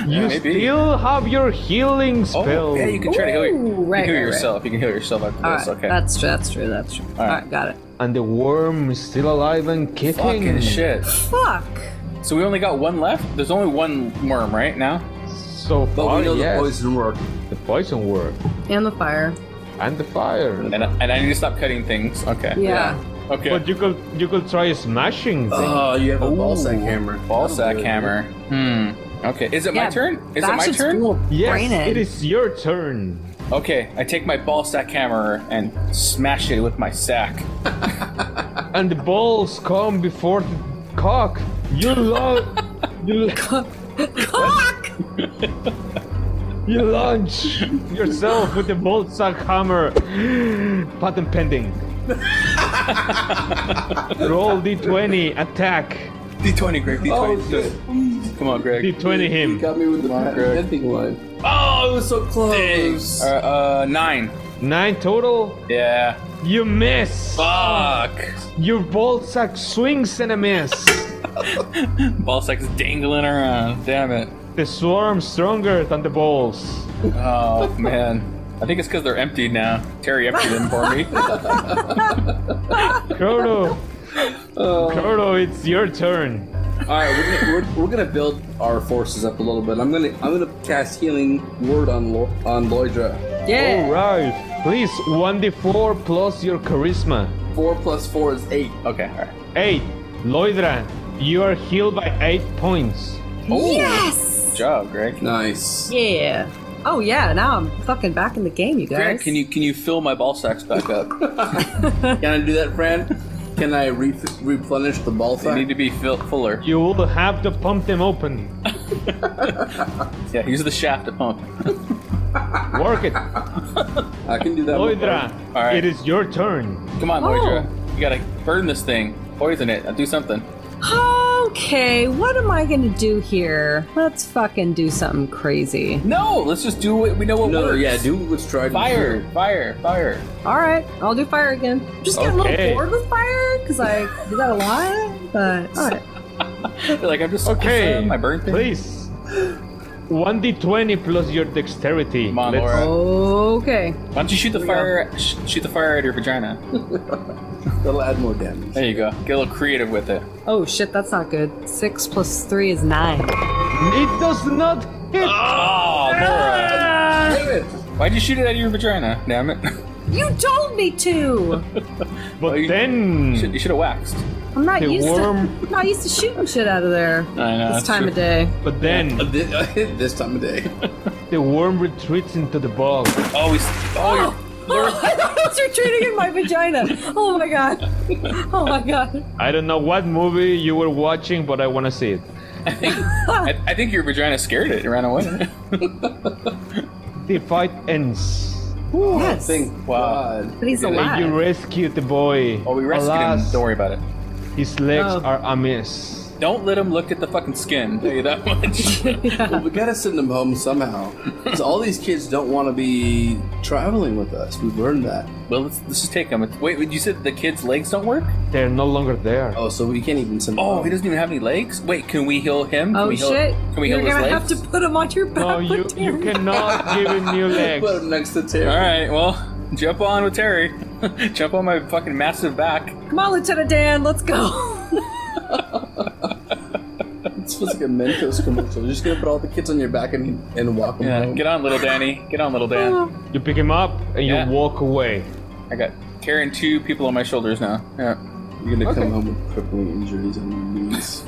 Speaker 5: You
Speaker 6: maybe.
Speaker 5: still have your healing
Speaker 6: Oh,
Speaker 5: spell.
Speaker 6: yeah, you can try to heal, your,
Speaker 4: Ooh,
Speaker 6: you
Speaker 4: right,
Speaker 6: can heal
Speaker 4: right, right.
Speaker 6: yourself. You can heal yourself after
Speaker 4: All
Speaker 6: this.
Speaker 4: right.
Speaker 6: okay.
Speaker 4: That's true. That's true. That's true. All
Speaker 6: right.
Speaker 4: right. Got it.
Speaker 5: And the worm is still alive and kicking.
Speaker 6: Fucking shit.
Speaker 4: Fuck.
Speaker 6: So we only got one left? There's only one worm, right? Now?
Speaker 5: So
Speaker 7: But
Speaker 5: far,
Speaker 7: we know
Speaker 5: yes.
Speaker 7: the poison work.
Speaker 5: The poison worm
Speaker 4: And the fire.
Speaker 5: and the fire.
Speaker 6: And, I- and I need to stop cutting things. Okay.
Speaker 4: Yeah.
Speaker 6: Okay.
Speaker 5: But you could you could try smashing things.
Speaker 7: Oh, you have a ball sack
Speaker 5: Ooh.
Speaker 7: hammer.
Speaker 6: Ball
Speaker 7: That'll
Speaker 6: sack
Speaker 7: do it.
Speaker 6: hammer. Hmm. Okay. Is it my
Speaker 4: Yeah,
Speaker 6: turn? Is it
Speaker 4: that
Speaker 6: my
Speaker 4: shit's
Speaker 6: turn?
Speaker 4: cool.
Speaker 5: yes,
Speaker 4: Brain it.
Speaker 5: it is your turn.
Speaker 6: Okay. I take my ball sack hammer and smash it with my sack.
Speaker 5: And the balls come before the cock. You love you,
Speaker 4: Cock!
Speaker 6: Oh.
Speaker 5: you launch yourself with the ball sack hammer. Patent pending. Roll d20 attack.
Speaker 6: D20, Greg. D20.
Speaker 7: Oh shit! Please,
Speaker 6: Come on, Greg.
Speaker 5: D20
Speaker 7: you
Speaker 5: him.
Speaker 7: got me with the
Speaker 6: Greg.
Speaker 7: bending line. Oh, it was so close.
Speaker 6: Uh, uh, nine.
Speaker 5: Nine total.
Speaker 6: Yeah.
Speaker 5: You miss.
Speaker 6: Fuck.
Speaker 5: Your ball sack swings and a miss.
Speaker 6: Ball sack's dangling around. Damn it.
Speaker 5: The swarm stronger than the balls.
Speaker 6: Oh man. I think it's because they're empty now. Terry emptied them for me.
Speaker 5: Kurdo. Kurdo, it's your turn.
Speaker 7: All right, we're gonna, we're, we're gonna build our forces up a little bit. I'm gonna I'm gonna cast healing word on Lo- on Loidra.
Speaker 4: Yeah.
Speaker 5: Alright, please 1d4 plus your charisma.
Speaker 7: Four plus four is eight.
Speaker 6: Okay. All right.
Speaker 5: 8. Loidra, you are healed by 8 points.
Speaker 6: Oh,
Speaker 4: Yes.
Speaker 6: Good job, Greg.
Speaker 7: Nice.
Speaker 4: Yeah. Oh yeah. Now I'm fucking back in the game, you guys.
Speaker 6: Greg, can you can you fill my ball sacks back up?
Speaker 7: Can I do that, Fran? Can I re- replenish the ball
Speaker 6: They
Speaker 7: sack?
Speaker 6: need to be fill- fuller.
Speaker 5: You will have to pump them open.
Speaker 6: Yeah, use the shaft to pump.
Speaker 5: Work it.
Speaker 7: I can do that. one.
Speaker 5: Loidra,
Speaker 6: Alright.
Speaker 5: it is your turn.
Speaker 6: Come on,
Speaker 4: Oh.
Speaker 6: Loidra. You gotta burn this thing. Poison it. Do something.
Speaker 4: Oh okay, what am I gonna do here? Let's fucking do something crazy.
Speaker 6: No, let's just do what we know what
Speaker 7: No, no,
Speaker 6: works.
Speaker 7: yeah, do what's tried. and
Speaker 6: Fire, fire, fire.
Speaker 4: All right, I'll do fire again. Just getting a
Speaker 5: Okay.
Speaker 4: little bored with fire because I do that a lot, but all right.
Speaker 6: like I'm just uh,
Speaker 5: Okay.
Speaker 6: My burn thing.
Speaker 5: Please. 1d20 plus your dexterity.
Speaker 6: Come on,
Speaker 5: Let's-
Speaker 6: Laura.
Speaker 4: Okay.
Speaker 6: Why don't you shoot the fire? Sh- shoot the fire at your vagina.
Speaker 7: true. That'll add more damage.
Speaker 6: There you go. Get a little creative with it.
Speaker 4: Oh shit, that's not good. Six plus three is nine.
Speaker 5: It does not hit.
Speaker 6: Oh, Laura!
Speaker 7: Damn it!
Speaker 6: Why'd you shoot it at your vagina? Damn it!
Speaker 4: You told me to.
Speaker 5: but
Speaker 6: you-
Speaker 5: then.
Speaker 6: Should- you should have waxed.
Speaker 4: I'm not
Speaker 5: The
Speaker 4: used
Speaker 5: worm-
Speaker 4: to. I'm not used to shooting shit out of there
Speaker 6: I know.
Speaker 4: this time of day.
Speaker 5: But then
Speaker 7: Uh, thi- uh, this time of day.
Speaker 5: the worm retreats into the bog.
Speaker 6: Oh, he's. Oh, you're-
Speaker 4: Oh, I thought it was retreating in my vagina. Oh my god. Oh my god.
Speaker 5: I don't know what movie you were watching, but I want to see it.
Speaker 6: I, I think your vagina scared it. It ran away.
Speaker 5: The fight ends.
Speaker 4: yes.
Speaker 7: Oh, Thank
Speaker 6: Wow.
Speaker 7: God.
Speaker 4: But he's
Speaker 5: And
Speaker 4: alive.
Speaker 5: you rescue the boy.
Speaker 6: oh, we rescued him.
Speaker 5: Alas,
Speaker 6: Don't worry about it.
Speaker 5: His legs
Speaker 4: Oh.
Speaker 5: are amiss.
Speaker 6: Don't let him look at the fucking skin. Tell you that much.
Speaker 7: Well, we gotta send them home somehow. 'Cause all these kids don't want to be traveling with us. We've learned that.
Speaker 6: well, let's, let's just take him. Wait, wait, you said the kid's legs don't work?
Speaker 5: They're no longer there.
Speaker 7: Oh, so we can't even send. them
Speaker 6: Oh,
Speaker 7: home.
Speaker 6: he doesn't even have any legs. Wait, can we heal him? Can
Speaker 4: oh
Speaker 6: we heal,
Speaker 4: shit.
Speaker 6: Can we
Speaker 4: You're
Speaker 6: heal his
Speaker 4: gonna
Speaker 6: legs?
Speaker 4: have to put him on your back.
Speaker 5: No, Oh, you,
Speaker 4: with
Speaker 5: you
Speaker 4: Terry.
Speaker 5: cannot give him new
Speaker 7: Put him
Speaker 5: legs.
Speaker 7: next to Terry.
Speaker 6: All right, well, jump on with Terry. jump on my fucking massive back.
Speaker 4: Come on, Lieutenant Dan. Let's go.
Speaker 7: This was like a Mentos commercial. You're just gonna put all the kids on your back and, and walk them
Speaker 6: Yeah,
Speaker 7: home.
Speaker 6: get on, little Danny. Get on, little Dan.
Speaker 5: You pick him up and you
Speaker 6: Yeah.
Speaker 5: walk away.
Speaker 6: I got carrying two people on my shoulders now. Yeah.
Speaker 7: You're gonna come home with crippling injuries on your knees.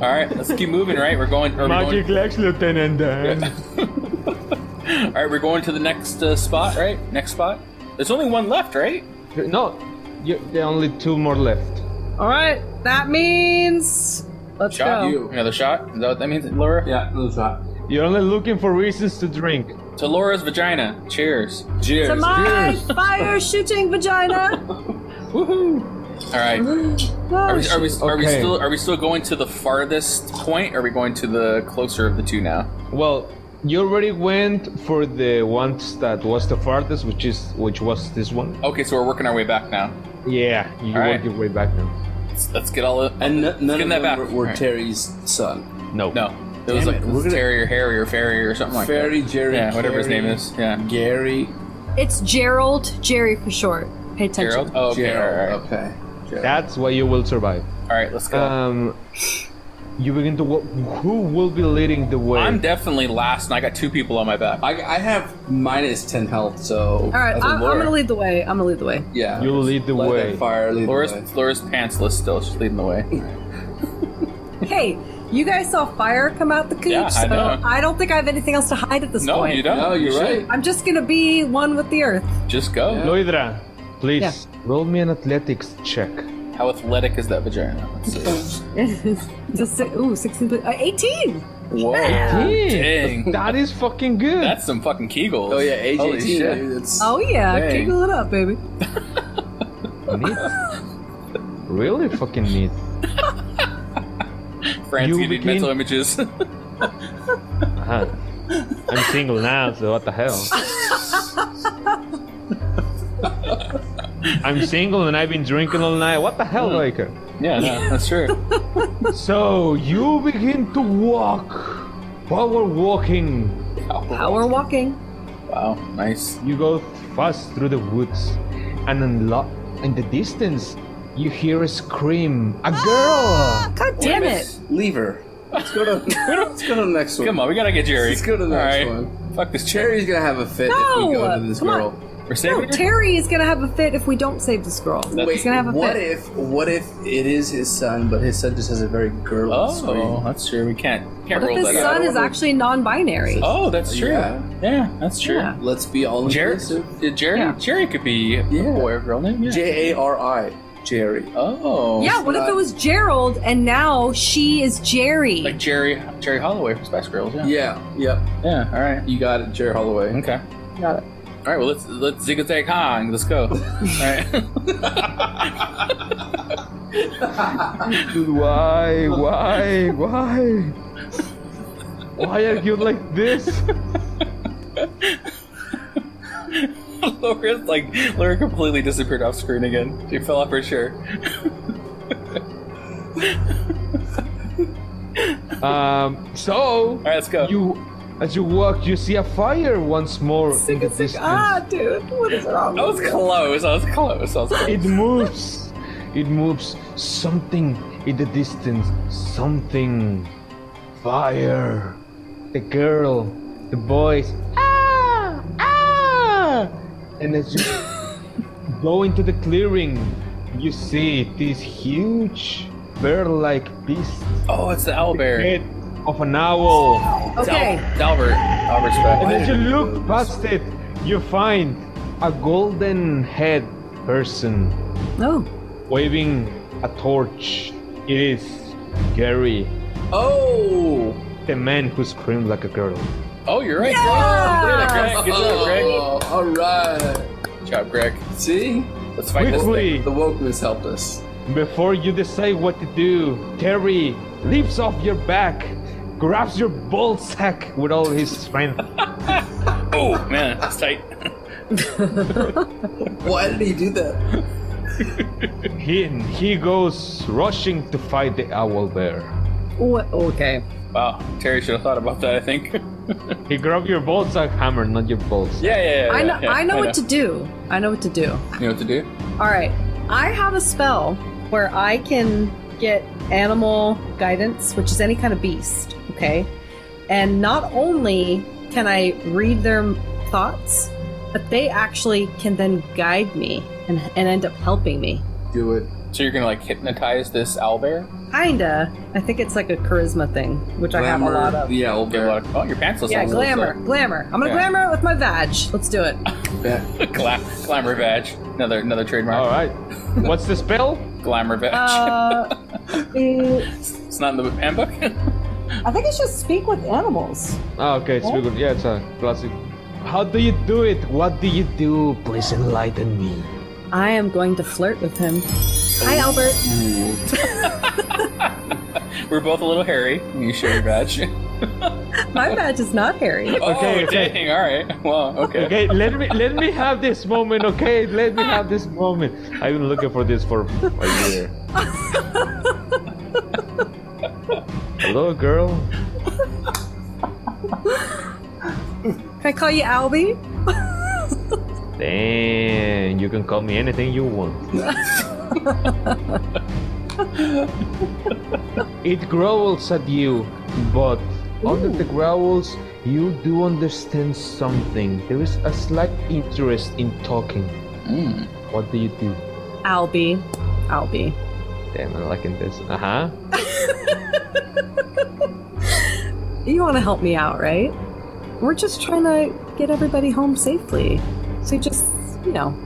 Speaker 6: All right, let's keep moving. Right, we're going. Are we
Speaker 5: Magic
Speaker 6: going
Speaker 5: legs, Lieutenant Dan.
Speaker 6: all right, we're going to the next uh, spot. Right, next spot. There's only one left, right?
Speaker 5: no, you, there are only two more left.
Speaker 4: All right. That means let's
Speaker 6: Shot
Speaker 4: go.
Speaker 6: you. Another shot. Is that what that means, Laura?
Speaker 7: Yeah, no shot.
Speaker 5: You're only looking for reasons to drink.
Speaker 6: To Laura's vagina. Cheers.
Speaker 7: Cheers.
Speaker 4: To my
Speaker 7: Cheers.
Speaker 4: fire shooting vagina.
Speaker 5: Woohoo!
Speaker 6: All right.
Speaker 4: Oh,
Speaker 6: Are we, are, we, are we
Speaker 5: Okay.
Speaker 6: still are we still going to the farthest point? Or are we going to the closer of the two now?
Speaker 5: Well, you already went for the one that was the farthest, which is which was this one.
Speaker 6: Okay, so we're working our way back now.
Speaker 5: Yeah, you
Speaker 6: All right.
Speaker 5: work your way back now.
Speaker 6: Let's, let's get all of,
Speaker 7: And n-
Speaker 6: let's
Speaker 7: none
Speaker 6: get
Speaker 7: of
Speaker 6: that
Speaker 7: them
Speaker 6: back.
Speaker 7: were, were
Speaker 6: All right.
Speaker 7: Terry's son.
Speaker 5: No.
Speaker 6: No, it was
Speaker 7: Damn
Speaker 6: like
Speaker 7: it,
Speaker 6: it
Speaker 7: we're
Speaker 6: was
Speaker 7: gonna-
Speaker 6: Terry or Harry or Ferry or something like
Speaker 7: Ferry,
Speaker 6: that.
Speaker 7: Jerry,
Speaker 6: Oh yeah, whatever his
Speaker 7: Carey.
Speaker 6: name is. Yeah,
Speaker 7: Gary,
Speaker 8: It's Gerald, Jerry for short. Pay attention.
Speaker 6: Gerald. Oh, okay, all right, all
Speaker 7: Gerald. Uh,
Speaker 6: right.
Speaker 7: Okay. Gerald.
Speaker 5: That's why you will survive.
Speaker 6: All right, let's go.
Speaker 5: Um, you begin to. Wo- who will be leading the way?
Speaker 6: I'm definitely last, and I got two people on my back.
Speaker 7: I, I have minus ten health, so.
Speaker 4: All right.
Speaker 7: as a
Speaker 4: I, I'm
Speaker 7: Laura-
Speaker 4: gonna lead the way. I'm gonna lead the way.
Speaker 7: Yeah.
Speaker 5: You'll lead the
Speaker 7: Light
Speaker 5: way.
Speaker 7: That fire, lead
Speaker 6: Laura's
Speaker 7: the way.
Speaker 6: Laura's pantsless still. She's leading the way.
Speaker 4: Hey, you guys saw fire come out the coop,
Speaker 6: Yeah, I
Speaker 4: so
Speaker 6: know.
Speaker 4: I don't think I have anything else to hide at this
Speaker 6: No,
Speaker 4: point.
Speaker 6: you don't.
Speaker 7: No,
Speaker 6: You
Speaker 7: you're
Speaker 6: should.
Speaker 7: right.
Speaker 4: I'm just gonna be one with the earth.
Speaker 6: Just go.
Speaker 5: Loidra, please
Speaker 4: Yeah.
Speaker 5: roll me an athletics check.
Speaker 6: How athletic is that vagina? Let's see.
Speaker 4: Just si- ooh, 16, uh, 18.
Speaker 6: Whoa. Dang.
Speaker 5: That is fucking good.
Speaker 6: That's some fucking kegels.
Speaker 7: Oh yeah, AJ.
Speaker 6: Holy shit.
Speaker 7: It's,
Speaker 4: Oh yeah,
Speaker 6: Dang.
Speaker 4: giggle it up, baby.
Speaker 5: neat. really fucking neat.
Speaker 6: Fran's
Speaker 5: You
Speaker 6: giving
Speaker 5: became-
Speaker 6: mental images.
Speaker 5: Uh-huh. I'm single now, so what the hell? I'm single and I've been drinking all night. What the hell, Riker?
Speaker 6: yeah, no, that's true.
Speaker 5: So you begin to walk, power walking.
Speaker 4: Power walking.
Speaker 6: Wow, nice.
Speaker 5: You go fast through the woods, and unlo- in the distance, you hear a scream. A girl.
Speaker 4: Ah, God damn it.
Speaker 7: leave her. Let's go to. let's go to the next one.
Speaker 6: Come on, we gotta get Jerry.
Speaker 7: Let's go to the next
Speaker 6: All right.
Speaker 7: one.
Speaker 6: Fuck this cherry.
Speaker 7: Cherry's gonna have a fit if we go
Speaker 4: No,
Speaker 7: to this
Speaker 4: come on.
Speaker 7: girl.
Speaker 6: We're saving
Speaker 4: No,
Speaker 6: her?
Speaker 4: Terry is gonna have a fit if we don't save this girl. He's gonna have a
Speaker 7: what
Speaker 4: fit.
Speaker 7: if what if it is his son, but his son just has a very girly
Speaker 6: Oh,
Speaker 7: scream?
Speaker 6: that's true. We can't can't
Speaker 4: What
Speaker 6: roll
Speaker 4: if his
Speaker 6: that out.
Speaker 4: son is
Speaker 7: wanna-
Speaker 4: actually non-binary?
Speaker 6: Oh, that's true.
Speaker 7: Yeah.
Speaker 6: Yeah, that's true.
Speaker 4: Yeah.
Speaker 7: Let's be all
Speaker 6: Jerry,
Speaker 7: inclusive.
Speaker 6: yeah, Jerry,
Speaker 4: Yeah.
Speaker 6: Jerry could be
Speaker 7: Yeah.
Speaker 6: a boy or girl name. Yeah.
Speaker 7: J A R I, Jerry.
Speaker 6: oh,
Speaker 4: yeah, what if
Speaker 7: not-
Speaker 4: it was Gerald and now she is Jerry?
Speaker 6: like Jerry Jerry Holloway from Spice Girls. Yeah,
Speaker 7: Yeah, yep.
Speaker 6: yeah. All right,
Speaker 7: You got it, Jerry Holloway.
Speaker 6: okay.
Speaker 4: Got it.
Speaker 6: All right, well let's let's zig and zag hang. Let's go. All right.
Speaker 5: Why? Why? Why? Why are you like this?
Speaker 6: Laura's like Laura completely disappeared off screen again. She fell off her chair.
Speaker 5: Um. So
Speaker 6: All right, let's go.
Speaker 5: you, as you walk, you see a fire once more in the distance.
Speaker 4: Ah, dude, what is wrong?
Speaker 6: I was close. I was close. I was close.
Speaker 5: It moves. It moves. Something in the distance. Something. Fire. The girl. The boys. Ah! Ah! And as you go into the clearing, you see this huge bear-like beast.
Speaker 6: Oh, it's the owlbear.
Speaker 5: Head of an owl.
Speaker 4: Okay.
Speaker 6: It's Al- Albert. Albert's
Speaker 5: And as
Speaker 6: back.
Speaker 5: you look past it, you find a golden head person.
Speaker 4: No.
Speaker 5: waving a torch. It is Gary,
Speaker 7: Oh!
Speaker 5: the man who screamed like a girl.
Speaker 6: Oh, you're right. Yeah! Good job, Greg. Good
Speaker 7: Oh, all right.
Speaker 6: job, Greg. Good job,
Speaker 7: See?
Speaker 6: Greg. Let's fight this thing.
Speaker 5: Quickly,
Speaker 7: The wokeness helped us.
Speaker 5: before you decide what to do, Terry leaps off your back, grabs your ballsack with all his strength.
Speaker 6: Oh man, that's tight.
Speaker 7: Why did he do that?
Speaker 5: he, he goes rushing to fight the owl bear.
Speaker 4: Wh- Oh, okay.
Speaker 6: Wow, Terry should have thought about that. I think. yeah,
Speaker 5: He grabbed your ballsack hammer, not your balls.
Speaker 6: yeah, yeah, yeah,
Speaker 4: I know.
Speaker 6: yeah,
Speaker 4: I know what to do. I know what to do.
Speaker 6: You know what to do?
Speaker 4: All right. I have a spell where I can get animal guidance, which is any kind of beast, okay? And not only can I read their thoughts, but they actually can then guide me and, and end up helping me.
Speaker 7: Do it.
Speaker 6: So you're gonna like hypnotize this owlbear?
Speaker 4: Kinda. I think it's like a charisma thing, which I have a lot of.
Speaker 7: Yeah, old
Speaker 6: Give a lot
Speaker 7: bear.
Speaker 6: of- Oh, your pants looks
Speaker 4: Yeah,
Speaker 6: awesome.
Speaker 4: glamour, glamour. I'm gonna
Speaker 6: Yeah.
Speaker 4: glamour it with my vag. Let's do it.
Speaker 7: Yeah.
Speaker 6: Gla- glamour badge. Another another trademark.
Speaker 5: All right. What's the spell?
Speaker 6: Glamour badge.
Speaker 4: Uh, eh,
Speaker 6: it's not in the handbook.
Speaker 4: I think it's just speak with animals.
Speaker 5: Ah, okay, it's good. Yeah, it's a classic. How do you do it? What do you do? Please enlighten me.
Speaker 4: I am going to flirt with him. Hi, Albert.
Speaker 6: We're both a little hairy. You share your badge.
Speaker 4: My badge is not hairy.
Speaker 5: Okay,
Speaker 6: oh,
Speaker 5: okay.
Speaker 6: dang. All right. Well, okay.
Speaker 5: Okay, let me let me have this moment, okay? Let me have this moment. I've been looking for this for a year. Hello, girl.
Speaker 4: Can I call you Albie?
Speaker 5: Damn, you can call me anything you want. it growls at you, but under the growls, you do understand something. There is a slight interest in talking. What do you do?
Speaker 4: Albie. Albie.
Speaker 5: Damn, I'm liking this. Uh huh.
Speaker 4: You want to help me out, right? We're just trying to get everybody home safely. So just, you know,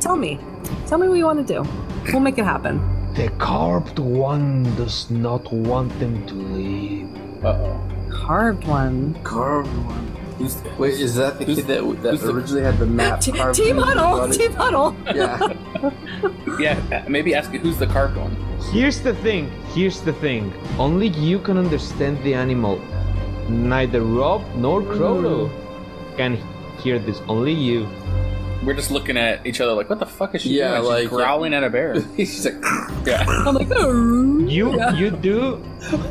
Speaker 4: tell me. Tell me what you want to do. We'll make it happen.
Speaker 2: The carved one does not want them to leave.
Speaker 6: Uh oh.
Speaker 4: Carved one.
Speaker 7: Carved one. Who's, wait, is that the kid that, that
Speaker 6: who's the-
Speaker 7: originally had the map?
Speaker 4: T-
Speaker 7: carved
Speaker 4: team
Speaker 7: in his
Speaker 4: huddle.
Speaker 7: body?
Speaker 4: Team huddle.
Speaker 7: Yeah.
Speaker 6: Yeah. Maybe ask it who's the carved one.
Speaker 5: Here's the thing. Here's the thing. Only you can understand the animal. Neither Rob nor Crollo
Speaker 7: Mm.
Speaker 5: can hear this. Only you.
Speaker 6: We're just looking at each other like, what the fuck is she
Speaker 7: Yeah,
Speaker 6: doing? She's
Speaker 7: like-
Speaker 6: growling at a bear.
Speaker 7: He's like,
Speaker 6: yeah.
Speaker 4: I'm like, "Oh."
Speaker 5: You you do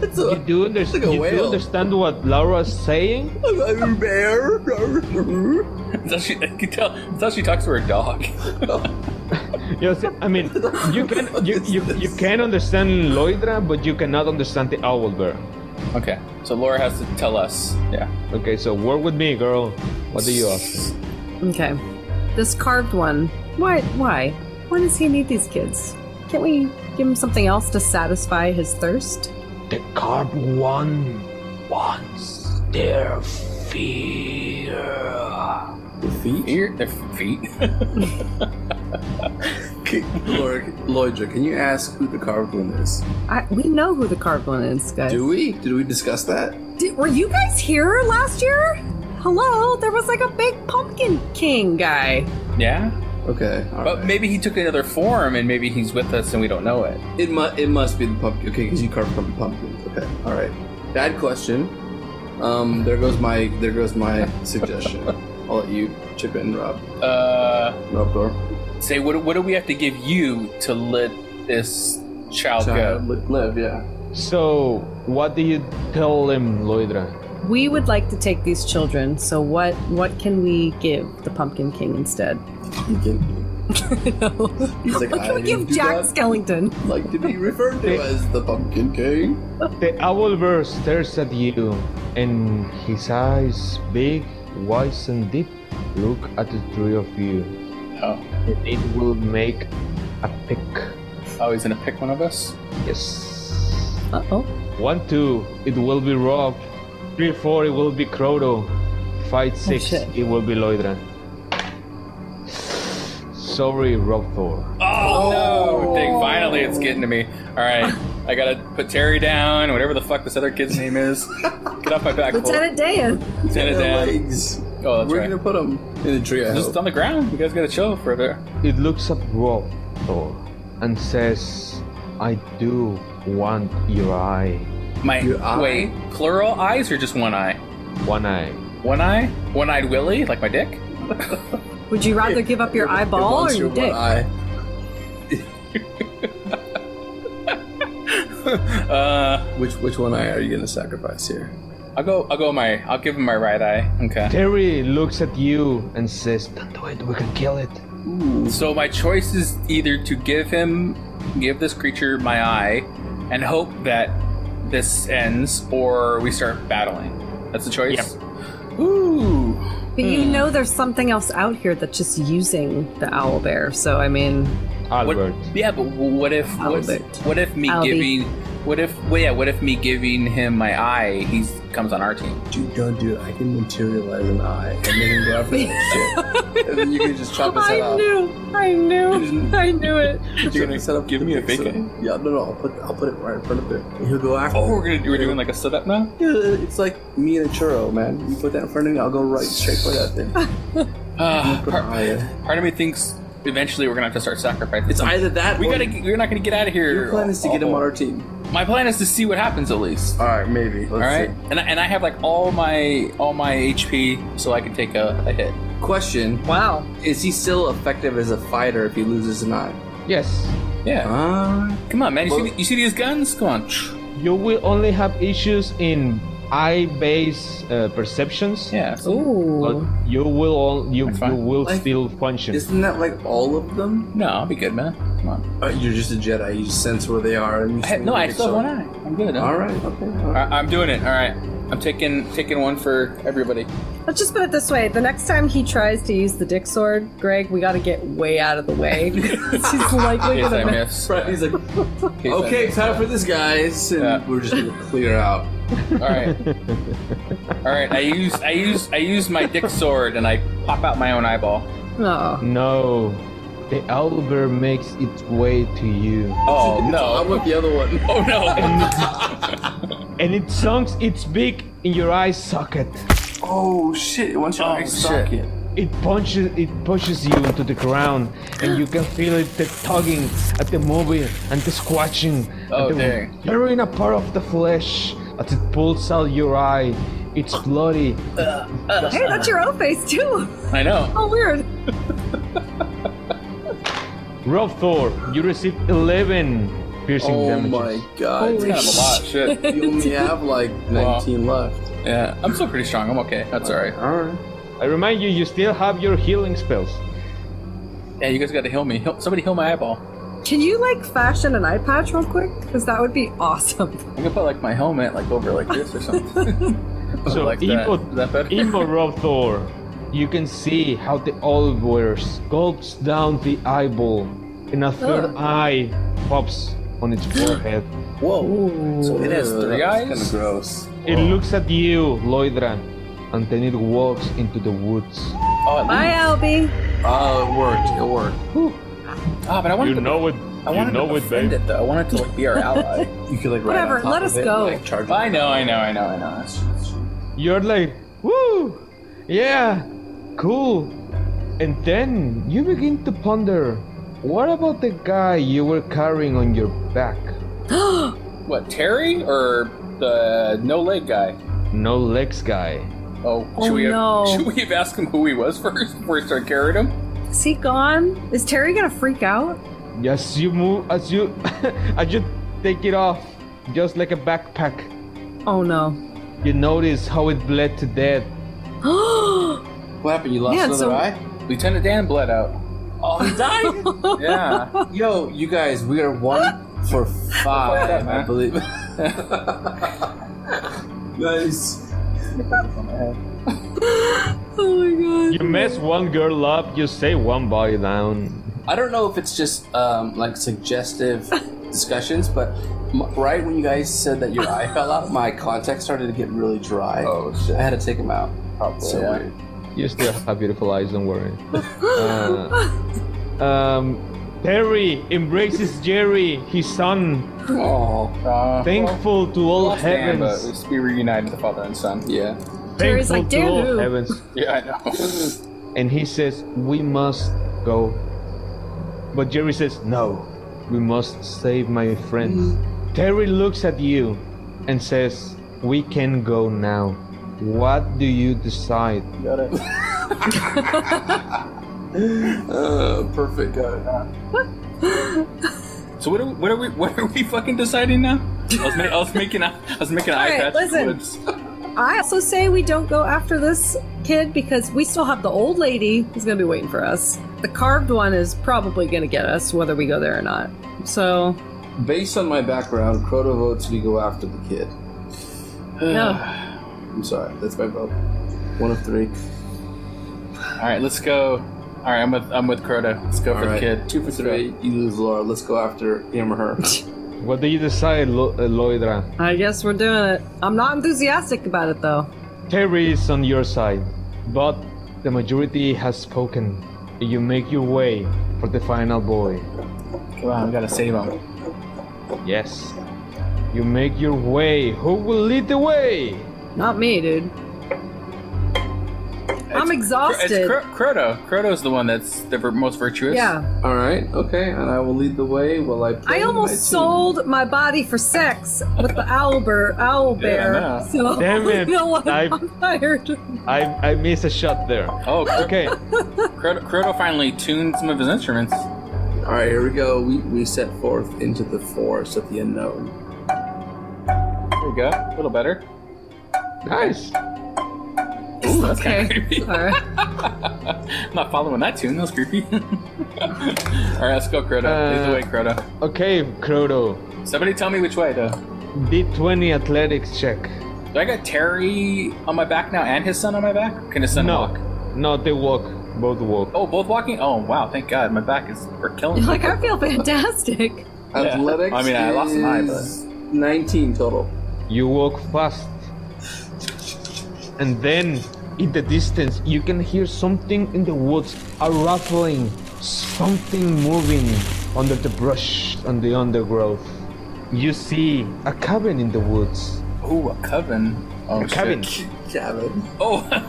Speaker 7: it's
Speaker 5: you
Speaker 7: a,
Speaker 5: do, under-
Speaker 7: like a
Speaker 5: you do
Speaker 7: whale.
Speaker 5: understand what Laura's saying?
Speaker 7: a bear.
Speaker 6: That's how she, you can tell, that's how she talks to her dog.
Speaker 5: You see, I mean, you can you, you, you can understand Loidra, but you cannot understand the owl bear.
Speaker 6: Okay. So Laura has to tell us. Yeah.
Speaker 5: Okay, so work with me, girl. What do you ask?
Speaker 4: Okay. This carved one. Why? Why? Why does he need these kids? Can't we give him something else to satisfy his thirst?
Speaker 2: The carved one wants their fear.
Speaker 7: Feet?
Speaker 6: Ear, their feet.
Speaker 7: Lord, Lloydra, can you ask who the carved one is?
Speaker 4: I, we know who the carved one is, guys.
Speaker 7: Do we? Did we discuss that?
Speaker 4: Did, were you guys here last year? hello, there was like a big pumpkin king guy.
Speaker 6: Yeah.
Speaker 7: Okay. all
Speaker 6: But
Speaker 7: right.
Speaker 6: maybe he took another form and maybe he's with us and we don't know it.
Speaker 7: It must it must be the pumpkin. Okay, because you carved from pumpkins. Okay, all right. Bad question. Um, there goes my there goes my suggestion. I'll let you chip in, Rob.
Speaker 6: Uh,
Speaker 7: Rob Door.
Speaker 6: say, what, what do we have to give you to let this child,
Speaker 7: Child,
Speaker 6: go?
Speaker 7: li- live. Yeah.
Speaker 5: So, what do you tell him, Loidra?
Speaker 4: We would like to take these children, so what what can we give the pumpkin king instead?
Speaker 7: You can- He's like,
Speaker 4: what can we
Speaker 7: I
Speaker 4: give
Speaker 7: do
Speaker 4: Jack
Speaker 7: not
Speaker 4: Skellington?
Speaker 7: like to be referred to as the Pumpkin King.
Speaker 5: The owlbear stares at you, and his eyes, big, wise, and deep, look at the three of you.
Speaker 6: Oh.
Speaker 5: And it will make a pick.
Speaker 6: Oh, he's gonna pick one of us?
Speaker 5: Yes.
Speaker 4: Uh oh.
Speaker 5: One, two, it will be Rob. Three, four, it will be Crodo. Five, six,
Speaker 4: shit.
Speaker 5: it will be Loidra. Sorry, Rob Thor.
Speaker 6: Oh, no! Dang, finally it's getting to me. Alright, I gotta put Terry down, whatever the fuck this other kid's name is. Get off my back, Cole.
Speaker 4: Lieutenant Dayan.
Speaker 6: Lieutenant
Speaker 7: Their
Speaker 6: Dan.
Speaker 7: legs.
Speaker 6: Oh, that's
Speaker 7: We're
Speaker 6: right.
Speaker 7: gonna put him in a tree. I
Speaker 6: Just
Speaker 7: hope.
Speaker 6: on the ground. You guys gotta chill for a bit.
Speaker 5: It looks at Rob Thor and says, I do want your eye.
Speaker 6: My
Speaker 7: Your eye?
Speaker 6: wait, plural eyes or just one eye?
Speaker 5: One eye.
Speaker 6: One eye? One eyed Willy, like my dick?
Speaker 4: Would you rather give up your eyeball or
Speaker 7: Wants
Speaker 4: your
Speaker 7: one
Speaker 4: dick?
Speaker 7: eye.
Speaker 6: Uh
Speaker 7: Which which one eye are you gonna sacrifice here?
Speaker 6: I'll go I'll go my I'll give him my right eye. Okay.
Speaker 5: Terry looks at you and says, Don't do it, we can kill it.
Speaker 6: So my choice is either to give him give this creature my eye and hope that this ends or we start battling. That's the choice? Ooh.
Speaker 4: But you know there's something else out here that's just using the owl bear. So I mean
Speaker 6: What-
Speaker 5: Albert.
Speaker 6: yeah, but w- what if what,
Speaker 4: Albert.
Speaker 6: what if me
Speaker 4: Albie.
Speaker 6: giving what if well, yeah, what if me giving him my eye, he comes on our team.
Speaker 7: Dude, don't do it. I can materialize an eye and then go after that shit. And then you can just chop his head
Speaker 4: I
Speaker 7: off.
Speaker 4: knew, I knew, I knew it.
Speaker 7: You're gonna set up
Speaker 6: give me a
Speaker 7: set up-
Speaker 6: bacon?
Speaker 7: Yeah, no, no. I'll put I'll put it right in front of it. And he'll go after.
Speaker 6: Oh,
Speaker 7: it.
Speaker 6: we're gonna we're doing like a sit up now?
Speaker 7: Yeah, uh, it's like me and a churro, man. You put that in front of me, I'll go right straight for that thing.
Speaker 6: Ah,
Speaker 7: Put an
Speaker 6: part,
Speaker 7: eye in.
Speaker 6: part of me thinks eventually we're gonna have to start sacrificing.
Speaker 7: It's either that.
Speaker 6: we
Speaker 7: or
Speaker 6: gotta. We're not gonna get out of here. Oh,
Speaker 7: Your plan is to get him on our team.
Speaker 6: My plan is to see what happens at least.
Speaker 7: All right, maybe.
Speaker 6: All right, and I, and I have like all my all my HP, so I can take a, a hit.
Speaker 7: Question:
Speaker 4: Wow.
Speaker 7: Is he still effective as a fighter if he loses an eye?
Speaker 5: Yes.
Speaker 6: Yeah,
Speaker 7: Uh,
Speaker 6: come on, man. You, see,
Speaker 7: well-
Speaker 6: the- you see these guns? Come on.
Speaker 5: You will only have issues in eye based uh, perceptions.
Speaker 6: Yeah.
Speaker 5: But
Speaker 4: Ooh.
Speaker 5: you will all, you,
Speaker 6: That's
Speaker 5: you
Speaker 6: fine.
Speaker 5: will
Speaker 7: Like-
Speaker 5: still function.
Speaker 7: isn't that like all of them?
Speaker 6: No, I'll be good, man. Come on.
Speaker 7: Uh, you're just a Jedi. You just sense where they are. And you
Speaker 6: I have- no, I still have one eye. I'm good.
Speaker 7: All right. Okay. All right.
Speaker 6: I, I'm doing it. All right. I'm taking taking one for everybody.
Speaker 4: Let's just put it this way: the next time he tries to use the dick sword, Greg, we got to get way out of the way. He's
Speaker 6: In
Speaker 4: likely
Speaker 6: case I
Speaker 4: gonna.
Speaker 6: miss.
Speaker 7: Right, he's like,
Speaker 6: In case I
Speaker 7: Ah, okay,
Speaker 6: miss.
Speaker 7: time for this, guys, and
Speaker 6: Yeah.
Speaker 7: we're just gonna clear out.
Speaker 6: All right. All right. I use I use I use my dick sword and I pop out my own eyeball.
Speaker 4: Oh.
Speaker 5: No. The owlbear makes its way to you.
Speaker 6: Oh
Speaker 7: I'm
Speaker 6: no!
Speaker 7: with the other one.
Speaker 6: Oh no!
Speaker 5: And it sunks its beak in your eye socket.
Speaker 7: Oh shit! Once you
Speaker 6: Oh, shit.
Speaker 5: It punches it pushes you into the ground and you can feel it the tugging at the moving and the squatching
Speaker 6: Oh,
Speaker 5: and the
Speaker 6: dang.
Speaker 5: tearing apart of the flesh as it pulls out your eye. It's bloody.
Speaker 4: Oh. Hey, that's your own face too.
Speaker 6: I know.
Speaker 4: Oh, weird.
Speaker 5: Rough Thor, you receive eleven piercing
Speaker 7: Oh
Speaker 5: damages.
Speaker 7: my god!
Speaker 6: Kind of a lot. Shit.
Speaker 7: You only have like 19 left.
Speaker 6: Yeah. I'm still pretty strong. I'm okay. That's all right.
Speaker 7: All right.
Speaker 5: I remind you you still have your healing spells.
Speaker 6: Yeah, you guys got to heal me. Heal, somebody heal my eyeball.
Speaker 4: Can you like fashion an eye patch real quick? Because that would be awesome.
Speaker 6: I can put like my helmet like over like this or something.
Speaker 5: So
Speaker 6: like that.
Speaker 5: Emo,
Speaker 6: Is that better?
Speaker 5: Emo Rough Thor, you can see how the oliver gulps down the eyeball and a third
Speaker 4: Ugh.
Speaker 5: eye pops on its forehead.
Speaker 7: Whoa. So
Speaker 6: It has three
Speaker 7: that's
Speaker 6: eyes?
Speaker 7: Kind of gross.
Speaker 5: It looks at you, Loidra, and then it walks into the woods.
Speaker 6: oh, at
Speaker 4: Bye,
Speaker 6: least-
Speaker 4: Albie.
Speaker 7: Oh, it worked. It worked.
Speaker 6: Ah, but I wanted to.
Speaker 5: it.
Speaker 6: I wanted to defend it though. I wanted to like be our ally.
Speaker 7: You could like ride
Speaker 4: Whatever,
Speaker 7: on top
Speaker 4: let
Speaker 7: of
Speaker 4: us
Speaker 7: it and,
Speaker 4: go.
Speaker 7: like, charge
Speaker 6: I
Speaker 7: it.
Speaker 6: know. I know. I know. I know. That's-
Speaker 5: You're like, woo! Yeah, cool. And then you begin to ponder what about the guy you were carrying on your back?
Speaker 6: What, Terry or the no leg guy?
Speaker 5: No legs guy.
Speaker 6: Oh,
Speaker 4: Oh,
Speaker 6: should we have,
Speaker 4: no.
Speaker 6: should we have asked him who he was first before we started carrying him?
Speaker 4: Is he gone? Is Terry gonna freak out?
Speaker 5: As you move, as you, as you take it off, just like a backpack,
Speaker 4: Oh no.
Speaker 5: you notice how it bled to death.
Speaker 7: What happened? You lost
Speaker 4: Yeah,
Speaker 7: another
Speaker 4: so-
Speaker 7: eye?
Speaker 6: Lieutenant Dan bled out.
Speaker 7: Oh, he died?
Speaker 6: Yeah.
Speaker 7: Yo, you guys, we are one for
Speaker 6: Fuck that,
Speaker 7: five, I
Speaker 6: man.
Speaker 7: believe. nice.
Speaker 4: oh my
Speaker 5: You mess one girl up, you say one boy down.
Speaker 7: I don't know if it's just um, like suggestive discussions, but m- right when you guys said that your eye fell out, my contacts started to get really dry.
Speaker 6: Oh, shit.
Speaker 7: I had to take them out.
Speaker 6: Probably,
Speaker 7: So
Speaker 6: yeah.
Speaker 7: weird.
Speaker 5: You still have beautiful eyes, don't worry. Uh, um, Perry embraces Jerry, his son,
Speaker 7: Oh,
Speaker 6: Uh,
Speaker 5: thankful to
Speaker 6: well,
Speaker 5: all
Speaker 6: lost Dan, but
Speaker 5: heavens.
Speaker 6: let's be reunited, the father and son.
Speaker 7: yeah.
Speaker 4: Jerry's
Speaker 5: Thankful
Speaker 4: like,
Speaker 5: to all
Speaker 4: "Dude."
Speaker 5: heavens.
Speaker 6: Yeah, I know.
Speaker 5: And he says, We must go. But Jerry says, No, we must save my friend. Terry looks at you and says, We can go now. What do you decide?
Speaker 7: Uh, perfect. Got it.
Speaker 6: so what are, we, what are we? What are we fucking deciding now? I was, ma- I was making a, I was making an
Speaker 4: All
Speaker 6: eye
Speaker 4: right,
Speaker 6: patch.
Speaker 4: listen.
Speaker 6: What's-
Speaker 4: god. I also say we don't go after this kid because we still have the old lady who's gonna be waiting for us. The carved one is probably gonna get us whether we go there or not. So
Speaker 7: Based on my background, Crota votes we go after the kid.
Speaker 4: no.
Speaker 7: I'm sorry, that's my vote. One of three.
Speaker 6: All right, let's go. All right, I'm with I'm with Crota. Let's go for
Speaker 7: All right,
Speaker 6: the kid.
Speaker 7: Two for
Speaker 6: Let's go.
Speaker 7: three. You lose, Laura. Let's go after him or her.
Speaker 5: What do you decide, Lo- uh, Loidra?
Speaker 4: I guess we're doing it. I'm not enthusiastic about it though.
Speaker 5: Terry is on your side, but the majority has spoken. You make your way for the final boy.
Speaker 6: Come on, we gotta save him.
Speaker 5: Yes. You make your way. Who will lead the way?
Speaker 4: Not me, dude. I'm
Speaker 6: It's
Speaker 4: exhausted.
Speaker 6: Cro- Croto. Croto's the one that's the vir- most virtuous.
Speaker 4: yeah.
Speaker 7: All right, okay, and I will lead the way while I. play
Speaker 4: I
Speaker 7: my
Speaker 4: almost
Speaker 7: tune.
Speaker 4: sold my body for sex with the owl bear. Owl bear.
Speaker 6: know.
Speaker 4: so
Speaker 5: Damn it.
Speaker 4: you know what?
Speaker 5: I-
Speaker 4: I'm tired.
Speaker 5: I I missed a shot there.
Speaker 6: Oh, Cro-
Speaker 5: Okay.
Speaker 6: Croto, Croto finally tuned some of his instruments.
Speaker 7: All right, here we go. We, we set forth into the forest of the unknown.
Speaker 6: There we go. A little better.
Speaker 5: nice.
Speaker 6: Ooh, that's
Speaker 4: Okay.
Speaker 6: kind of creepy.
Speaker 4: All right.
Speaker 6: I'm not following that tune. That was creepy. All right, let's go, Crota. Lead the
Speaker 5: Uh,
Speaker 6: way, Crota.
Speaker 5: Okay, Croto.
Speaker 6: Somebody tell me which way, though.
Speaker 5: D20 athletics check.
Speaker 6: Do I got Terry on my back now and his son on my back? Can his son
Speaker 5: No.
Speaker 6: walk?
Speaker 5: No, they walk. Both walk.
Speaker 6: Oh, both walking? Oh, wow. Thank God. My back is we're killing
Speaker 4: You're
Speaker 6: me.
Speaker 4: like, I feel fantastic.
Speaker 6: Yeah.
Speaker 7: Athletics.
Speaker 6: I mean, I lost an eye, but-
Speaker 7: is nineteen total.
Speaker 5: You walk fast. And then, in the distance, you can hear something in the woods a ruffling, something moving under the brush and the undergrowth. You see a cabin in the woods.
Speaker 6: Ooh, a coven. Oh,
Speaker 5: A cabin.
Speaker 6: Shit.
Speaker 7: Gavin.
Speaker 6: Oh. I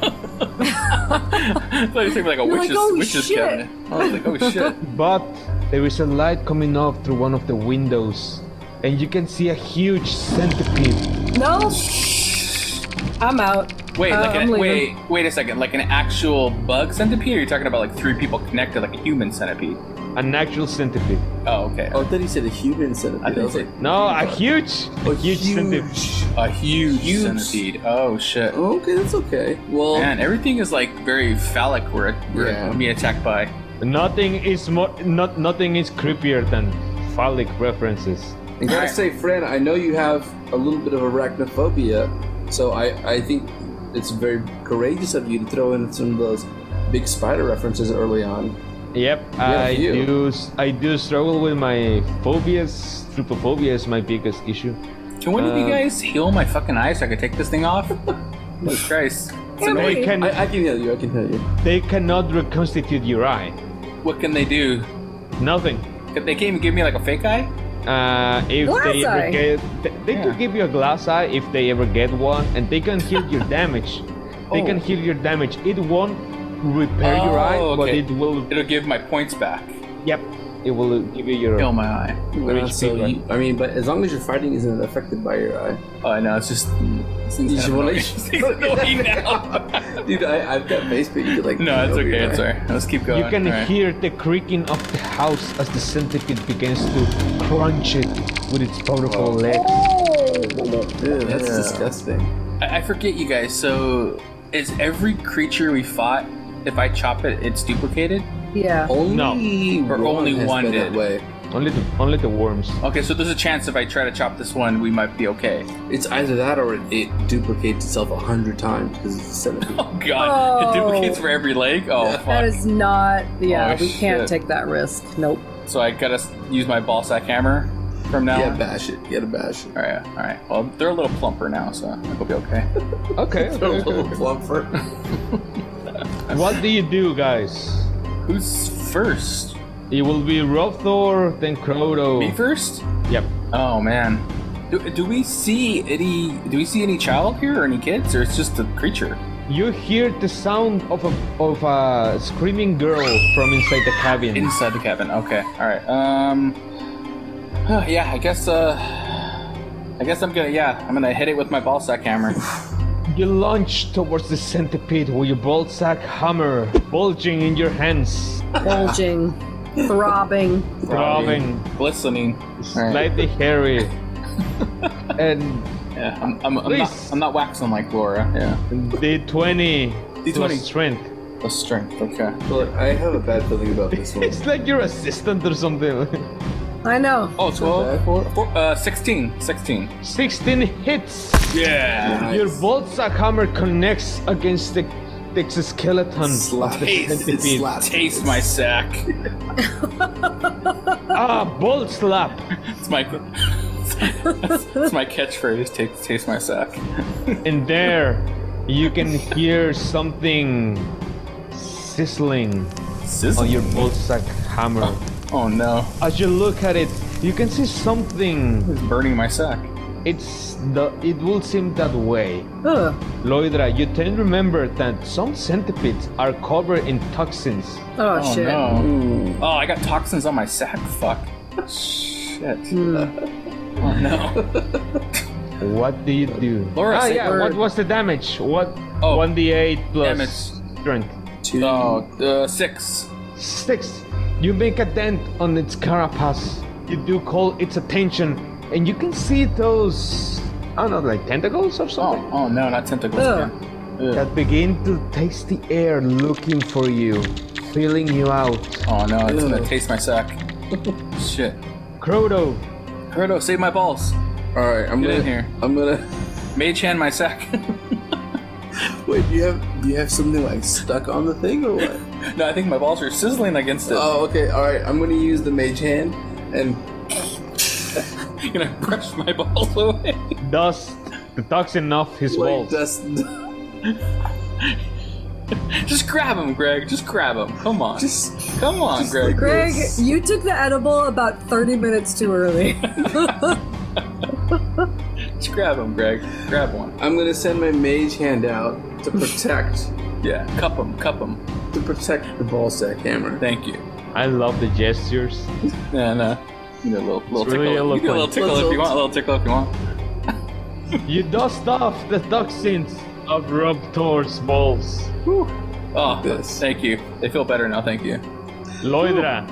Speaker 6: thought you were like a
Speaker 4: You're like,
Speaker 6: witch's,
Speaker 4: "Oh,
Speaker 6: witch's
Speaker 4: shit."
Speaker 6: cabinet. I was like, oh, shit.
Speaker 5: But there is a light coming up through one of the windows, and you can see a huge centipede.
Speaker 4: No. I'm out.
Speaker 6: Wait,
Speaker 4: Uh,
Speaker 6: like
Speaker 4: I'm
Speaker 6: an, wait,
Speaker 4: leaving.
Speaker 6: wait a second. Like an actual bug centipede? Or you're talking about like three people connected, like a human centipede?
Speaker 5: An actual centipede.
Speaker 6: Oh, okay.
Speaker 7: Oh, I thought he said a human centipede. I,
Speaker 6: think
Speaker 7: was
Speaker 6: so.
Speaker 7: like,
Speaker 5: No, a huge, a huge, centipede.
Speaker 6: A huge,
Speaker 7: Huge.
Speaker 6: centipede. Oh shit.
Speaker 7: Oh, okay, that's okay. Well,
Speaker 6: Man, everything is like very phallic. We're, we're
Speaker 7: Yeah.
Speaker 6: being attacked by.
Speaker 5: Nothing is more, not nothing is creepier than phallic references.
Speaker 7: I gotta say, Fran, I know you have a little bit of arachnophobia, so I, I think it's very courageous of you to throw in some of those big spider references early on.
Speaker 5: Yep, I
Speaker 7: you.
Speaker 5: do. s- I do struggle with my phobias. Trypophobia is my biggest issue.
Speaker 6: Can one of you
Speaker 5: Uh,
Speaker 6: guys heal my fucking eye so I can take this thing off? Jesus Christ. It's
Speaker 5: They
Speaker 6: annoying.
Speaker 5: can,
Speaker 7: I, I can hear you, I can hear you.
Speaker 5: they cannot reconstitute your eye.
Speaker 6: What can they do?
Speaker 5: Nothing.
Speaker 6: If They can't even give me like a fake eye?
Speaker 5: Uh, if they
Speaker 4: Glass
Speaker 5: ever
Speaker 4: eye.
Speaker 5: get, they, they could
Speaker 6: Yeah.
Speaker 5: give you a glass eye if they ever get one, and they can heal your damage. They can heal your damage. It won't repair your eye,
Speaker 6: Oh,
Speaker 5: but
Speaker 6: okay.
Speaker 5: it will.
Speaker 6: It'll give my points back.
Speaker 5: Yep, it will give you your.
Speaker 6: Kill Oh my eye.
Speaker 7: Uh,
Speaker 5: HP
Speaker 7: so
Speaker 5: run.
Speaker 7: you, I mean, but as long as your fighting isn't affected by your uh, eye,
Speaker 6: Oh, no, it's just. It's
Speaker 7: Did you wanna-
Speaker 6: it's annoying now.
Speaker 7: dude, I, I've got face, but you could like.
Speaker 6: no, it's
Speaker 7: over your
Speaker 6: okay. It's
Speaker 7: eye.
Speaker 6: alright. Let's keep going.
Speaker 5: You can
Speaker 6: All right.
Speaker 5: hear the creaking of the house as the centipede begins to crunch it with its powerful legs.
Speaker 7: Dude, that's disgusting.
Speaker 6: I, I forget you guys. So, is every creature we fought, if I chop it, it's duplicated? Oh,
Speaker 4: Yeah.
Speaker 7: Only
Speaker 6: Or
Speaker 7: one
Speaker 6: only
Speaker 7: has
Speaker 6: one
Speaker 7: been
Speaker 6: did.
Speaker 7: That way.
Speaker 5: Only the, only the worms.
Speaker 6: Okay, so there's a chance if I try to chop this one, we might be okay.
Speaker 7: It's either that or it, it duplicates itself a hundred times because it's a centipede.
Speaker 6: Oh god, it
Speaker 4: Oh.
Speaker 6: duplicates for every leg. Oh fuck.
Speaker 4: That is not. Yeah,
Speaker 6: Oh,
Speaker 4: we can't
Speaker 6: shit.
Speaker 4: take that risk. Nope.
Speaker 6: so I gotta s- use my ball sack hammer from now.
Speaker 7: Yeah,
Speaker 6: on?
Speaker 7: bash it. You gotta bash it.
Speaker 6: All right, all right. Well, they're a little plumper now, so I think we'll be okay.
Speaker 5: Okay.
Speaker 7: They're a little plumper.
Speaker 5: what do you do, guys?
Speaker 6: Who's first?
Speaker 5: It will be Rothor, then Croto.
Speaker 6: Me first?
Speaker 5: Yep.
Speaker 6: Oh man. Do, do we see any? Do we see any child here, or any kids, or it's just a creature?
Speaker 5: You hear the sound of a of a screaming girl from inside the cabin.
Speaker 6: Inside the cabin. Okay. All right. Um. Yeah, I guess. Uh. I guess I'm gonna. Yeah, I'm gonna hit it with my ball sack hammer.
Speaker 5: You launch towards the centipede with your ball sack hammer bulging in your hands,
Speaker 4: Bulging, throbbing.
Speaker 5: throbbing,
Speaker 6: Glistening.
Speaker 5: slightly hairy. and
Speaker 6: Yeah, I'm, I'm, I'm, not,
Speaker 5: Please.
Speaker 6: I'm not waxing like Laura. Yeah.
Speaker 5: the 20
Speaker 6: D20.
Speaker 5: plus strength.
Speaker 6: The strength. Okay.
Speaker 7: Look, I have a bad feeling about this one.
Speaker 5: It's like your assistant or something.
Speaker 4: I know.
Speaker 6: Oh, 12.
Speaker 7: bad.
Speaker 6: Four, four, uh, 16. 16.
Speaker 5: 16 hits.
Speaker 6: Yeah.
Speaker 5: Your ball sack hammer connects against the, the skeleton.
Speaker 7: Slap.
Speaker 6: Taste,
Speaker 7: It slaps.
Speaker 6: Taste my sack.
Speaker 5: Ah, ball slap.
Speaker 6: It's my. it's my catchphrase. Take, taste my sack.
Speaker 5: And there, you can hear something sizzling on your ball sack hammer.
Speaker 6: Oh no!
Speaker 5: As you look at it, you can see something.
Speaker 6: It's burning my sack.
Speaker 5: It's the. It will seem that way.
Speaker 4: Ugh.
Speaker 5: Loidra, you tend to remember that some centipedes are covered in toxins.
Speaker 4: Oh,
Speaker 6: Oh
Speaker 4: shit.
Speaker 6: no! Oh, I got toxins on my sack. Fuck. Shit.
Speaker 4: Hmm.
Speaker 6: Oh no!
Speaker 5: What do you do?
Speaker 6: Laura,
Speaker 5: ah,
Speaker 6: say
Speaker 5: yeah.
Speaker 6: word.
Speaker 5: What was the damage? What?
Speaker 6: Oh.
Speaker 5: 1d8 plus
Speaker 6: Damage.
Speaker 5: strength.
Speaker 7: Two.
Speaker 6: Oh, uh, six.
Speaker 5: Six. You make a dent on its carapace. You do call its attention, and you can see those. I don't know, like tentacles or
Speaker 6: Oh,
Speaker 5: something
Speaker 6: oh no! Not tentacles.
Speaker 4: Ugh.
Speaker 6: again.
Speaker 5: that begin to taste the air, looking for you, feeling you out.
Speaker 6: Oh no, it's gonna
Speaker 7: Ew.
Speaker 6: taste my sack. Shit.
Speaker 5: Croto,
Speaker 6: Kurdo, save my balls.
Speaker 7: All right, I'm
Speaker 6: Get
Speaker 7: gonna.
Speaker 6: in here.
Speaker 7: I'm gonna.
Speaker 6: Mage hand my sack.
Speaker 7: Wait, do you have do you have something like stuck on the thing or what?
Speaker 6: no, I think my balls are sizzling against it.
Speaker 7: Oh, okay. All right, I'm gonna use the mage hand and
Speaker 6: You're gonna brush my balls away.
Speaker 5: dust the toxin off his
Speaker 7: like
Speaker 5: balls.
Speaker 7: just
Speaker 6: Just grab him, Greg. Just grab him. Come on.
Speaker 7: just
Speaker 6: Come on,
Speaker 7: just
Speaker 6: Greg.
Speaker 7: like
Speaker 4: Greg,
Speaker 7: this.
Speaker 4: you took the edible about 30 minutes too early.
Speaker 6: Just grab him, Greg. Grab one.
Speaker 7: I'm gonna send my mage hand out to protect
Speaker 6: Yeah. Cup him. Cup him.
Speaker 7: to protect the ball sack hammer.
Speaker 6: Thank you.
Speaker 5: I love the gestures.
Speaker 6: And uh, you know, a little, little
Speaker 5: It's really
Speaker 6: tickle. you can do a little
Speaker 5: eloquent.
Speaker 6: tickle if you want. A little tickle if you want.
Speaker 5: You dust off the toxins of Raptor's balls.
Speaker 6: Oh,
Speaker 7: This.
Speaker 6: thank you. They feel better now. Thank you.
Speaker 5: Loidra,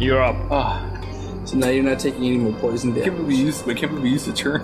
Speaker 5: you're up.
Speaker 6: Oh,
Speaker 7: So now you're not taking any more poison
Speaker 6: can't
Speaker 7: damage.
Speaker 6: believe we used. We can't believe we used the turn.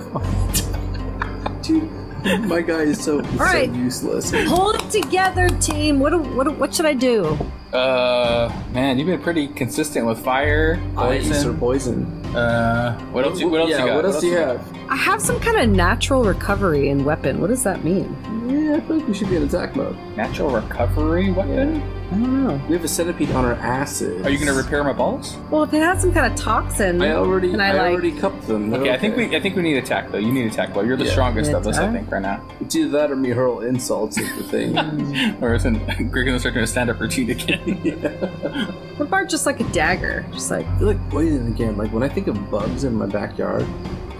Speaker 7: Dude, my guy is so, so
Speaker 4: right.
Speaker 7: useless.
Speaker 4: Hold it together, team. What, do, what, do- what should I do?
Speaker 6: Uh, man, you've been pretty consistent with fire,
Speaker 7: Ice or
Speaker 6: poison.
Speaker 7: poison.
Speaker 6: Uh, what else? You, what else
Speaker 7: yeah,
Speaker 6: you got?
Speaker 7: What else do you have?
Speaker 4: I have some kind of natural recovery in weapon. What does that mean?
Speaker 7: Yeah, I feel like we should be in attack mode.
Speaker 6: Natural recovery weapon.
Speaker 4: I don't know.
Speaker 7: We have a centipede on our asses.
Speaker 6: Are you gonna repair my balls?
Speaker 4: Well, if it has some kind of toxin,
Speaker 7: I already,
Speaker 4: Can
Speaker 7: I,
Speaker 4: I, like-
Speaker 7: already cupped them. They're
Speaker 6: Okay, I think we I think we need attack though. You need attack though. You're the
Speaker 7: Yeah.
Speaker 6: strongest of us, I
Speaker 4: Attack?
Speaker 6: think, right now.
Speaker 7: It's either that or me hurl insults at the thing.
Speaker 6: Or isn't Greg gonna start doing a stand up routine again?
Speaker 4: what about just like a dagger? Just like,
Speaker 7: I feel like poison again. Like when I think of bugs in my backyard,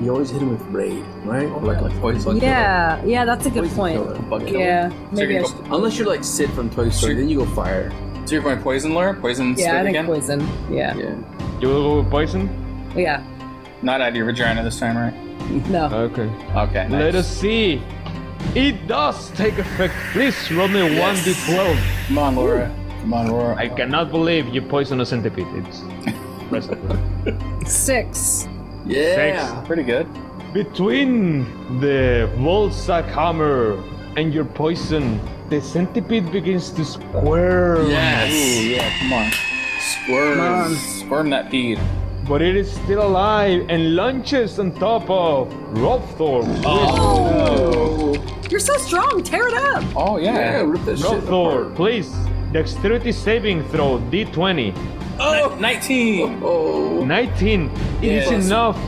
Speaker 7: You always hit him with raid, right? Or like like poison. killer.
Speaker 4: Yeah, yeah, that's a good
Speaker 7: Poison
Speaker 4: point.
Speaker 7: killer, bug killer.
Speaker 4: Yeah,
Speaker 6: So
Speaker 4: maybe
Speaker 6: you
Speaker 4: I
Speaker 6: can
Speaker 4: should.
Speaker 6: go-
Speaker 7: Unless you're like Sid from Toy Story,
Speaker 6: Shoot.
Speaker 7: then you go fire.
Speaker 6: so you're going poison lure?
Speaker 4: Yeah,
Speaker 6: Poison
Speaker 4: I
Speaker 6: spit
Speaker 4: think
Speaker 6: again?
Speaker 4: poison. Yeah,
Speaker 7: Yeah.
Speaker 5: You will go with poison?
Speaker 4: yeah.
Speaker 6: Not out of your vagina this time, right?
Speaker 4: No,
Speaker 5: Okay.
Speaker 6: Okay. nice.
Speaker 5: Let us see. It does take effect. Please roll me 1d12.
Speaker 6: Come on, Laura. Come on, Laura.
Speaker 5: I cannot believe you poison a centipede. It's impressive.
Speaker 4: six.
Speaker 7: Yeah.
Speaker 6: Pretty good.
Speaker 5: Between the Volsack hammer and your poison, the centipede begins to squirm.
Speaker 6: Ooh,
Speaker 7: Yes.
Speaker 6: yeah, come on.
Speaker 7: Squirm.
Speaker 6: Squirm that feed.
Speaker 5: But it is still alive and lunges on top of Robthorp.
Speaker 7: Oh!
Speaker 4: You're so strong. Tear it up.
Speaker 6: Oh,
Speaker 7: Yeah,
Speaker 6: yeah.
Speaker 7: rip that shit
Speaker 5: Robthorp,
Speaker 7: apart.
Speaker 5: please. Dexterity saving throw d20.
Speaker 6: Oh, 19.
Speaker 7: Oh.
Speaker 5: 19 It is
Speaker 6: Yes.
Speaker 5: enough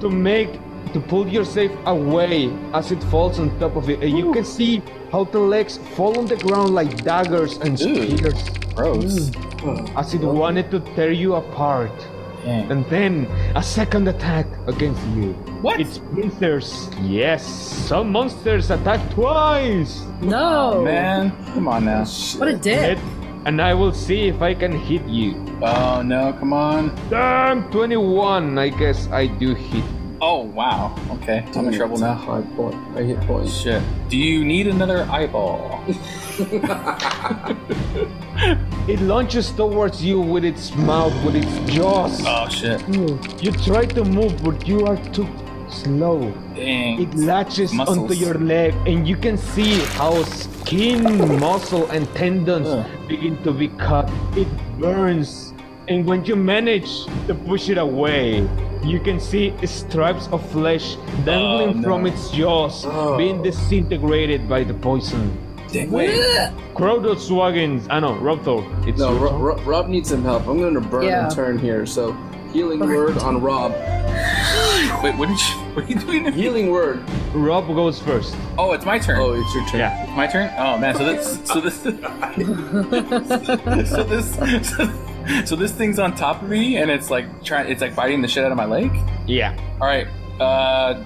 Speaker 5: to make to pull yourself away as it falls on top of it and you can see how the legs fall on the ground like daggers and
Speaker 6: Ooh.
Speaker 5: spears
Speaker 6: Gross.
Speaker 5: as it wanted to tear you apart
Speaker 6: Dang.
Speaker 5: and then a second attack against you
Speaker 6: What?
Speaker 5: it's pincers yes some monsters attack twice
Speaker 4: No.
Speaker 6: Oh, Man, come on now.
Speaker 4: What a dick.
Speaker 5: Hit, and i will see if i can hit you
Speaker 6: Oh, no, come on.
Speaker 5: damn 21 i guess i do hit
Speaker 6: Oh, wow. Okay, I'm in trouble now.
Speaker 7: High point. I hit point.
Speaker 6: Shit. Do you need another eyeball?
Speaker 5: It launches towards you with its mouth, with its jaws.
Speaker 6: Oh, shit.
Speaker 5: You try to move, but you are too slow.
Speaker 6: Dang.
Speaker 5: It latches
Speaker 6: Muscles.
Speaker 5: onto your leg, and you can see how skin, muscle, and tendons
Speaker 6: Ugh.
Speaker 5: begin to be cut. It burns, and when you manage to push it away, you can see stripes of flesh dangling
Speaker 6: no.
Speaker 5: from its jaws, being disintegrated by the poison.
Speaker 6: Wait.
Speaker 5: Crowdus Waggins, I know, Robthor. It's
Speaker 7: No,
Speaker 5: your
Speaker 7: Ro-
Speaker 5: turn.
Speaker 7: Ro- Rob needs some help. I'm going to burn
Speaker 4: Yeah.
Speaker 7: and turn here. So, healing word on Rob.
Speaker 6: Wait, what did you. What are you doing to me?
Speaker 7: Healing word.
Speaker 5: Rob goes first.
Speaker 6: Oh, it's my turn.
Speaker 7: Oh, it's your turn.
Speaker 5: Yeah.
Speaker 6: My turn? Oh man, so this so this so this so, so this thing's on top of me and it's like trying it's like biting the shit out of my leg.
Speaker 5: Yeah.
Speaker 6: All right. Uh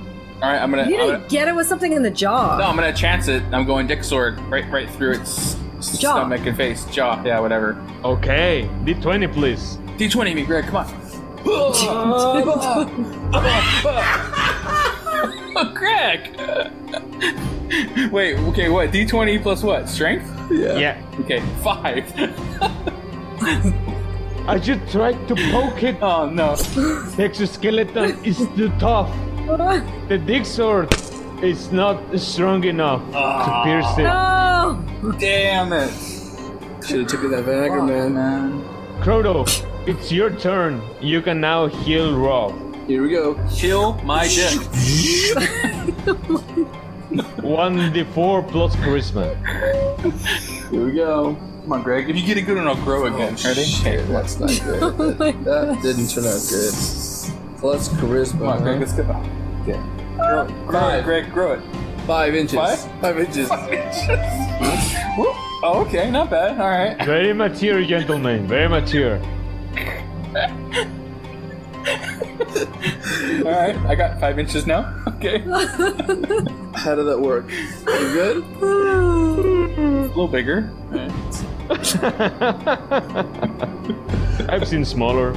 Speaker 6: all right, I'm going to
Speaker 4: You
Speaker 6: I'm
Speaker 4: didn't
Speaker 6: gonna,
Speaker 4: get it with something in the jaw.
Speaker 6: No, I'm going to chance it. I'm going dick sword right right through its s-
Speaker 4: Jaw.
Speaker 6: stomach and face, jaw. Yeah, whatever.
Speaker 5: Okay. D20, please.
Speaker 6: D20 me, Greg. Come on. Oh, Greg. Wait, okay, what? D20 plus what? Strength?
Speaker 5: Yeah.
Speaker 6: Okay, 5.
Speaker 5: As you try to poke it,
Speaker 6: Oh no.
Speaker 5: the exoskeleton is too tough. The dick sword is not strong enough to pierce it.
Speaker 4: Oh,
Speaker 6: Ah, Damn it.
Speaker 7: Should have taken that vinegar, man.
Speaker 5: Croto, it's your turn. You can now heal Rob.
Speaker 7: Here we go.
Speaker 6: Kill my dick.
Speaker 5: 1d4 plus charisma.
Speaker 7: Here we go.
Speaker 6: Come on, Greg. If you get it good one, I'll grow again. Ready?
Speaker 7: Oh, Shit, that's not good. That, that didn't turn out good. Plus
Speaker 6: Come on, Greg.
Speaker 7: charisma.
Speaker 6: Let's go.
Speaker 7: Yeah.
Speaker 6: Grow it,
Speaker 7: Five.
Speaker 6: Greg. Grow it.
Speaker 7: Five inches.
Speaker 6: Five?
Speaker 7: Five inches.
Speaker 6: Whoop. Oh, okay. Not bad. All right.
Speaker 5: Very mature, gentlemen. Very mature.
Speaker 6: All right. I got five inches now. Okay. A
Speaker 7: How did that work? You good?
Speaker 6: little bigger.
Speaker 5: I've seen smaller.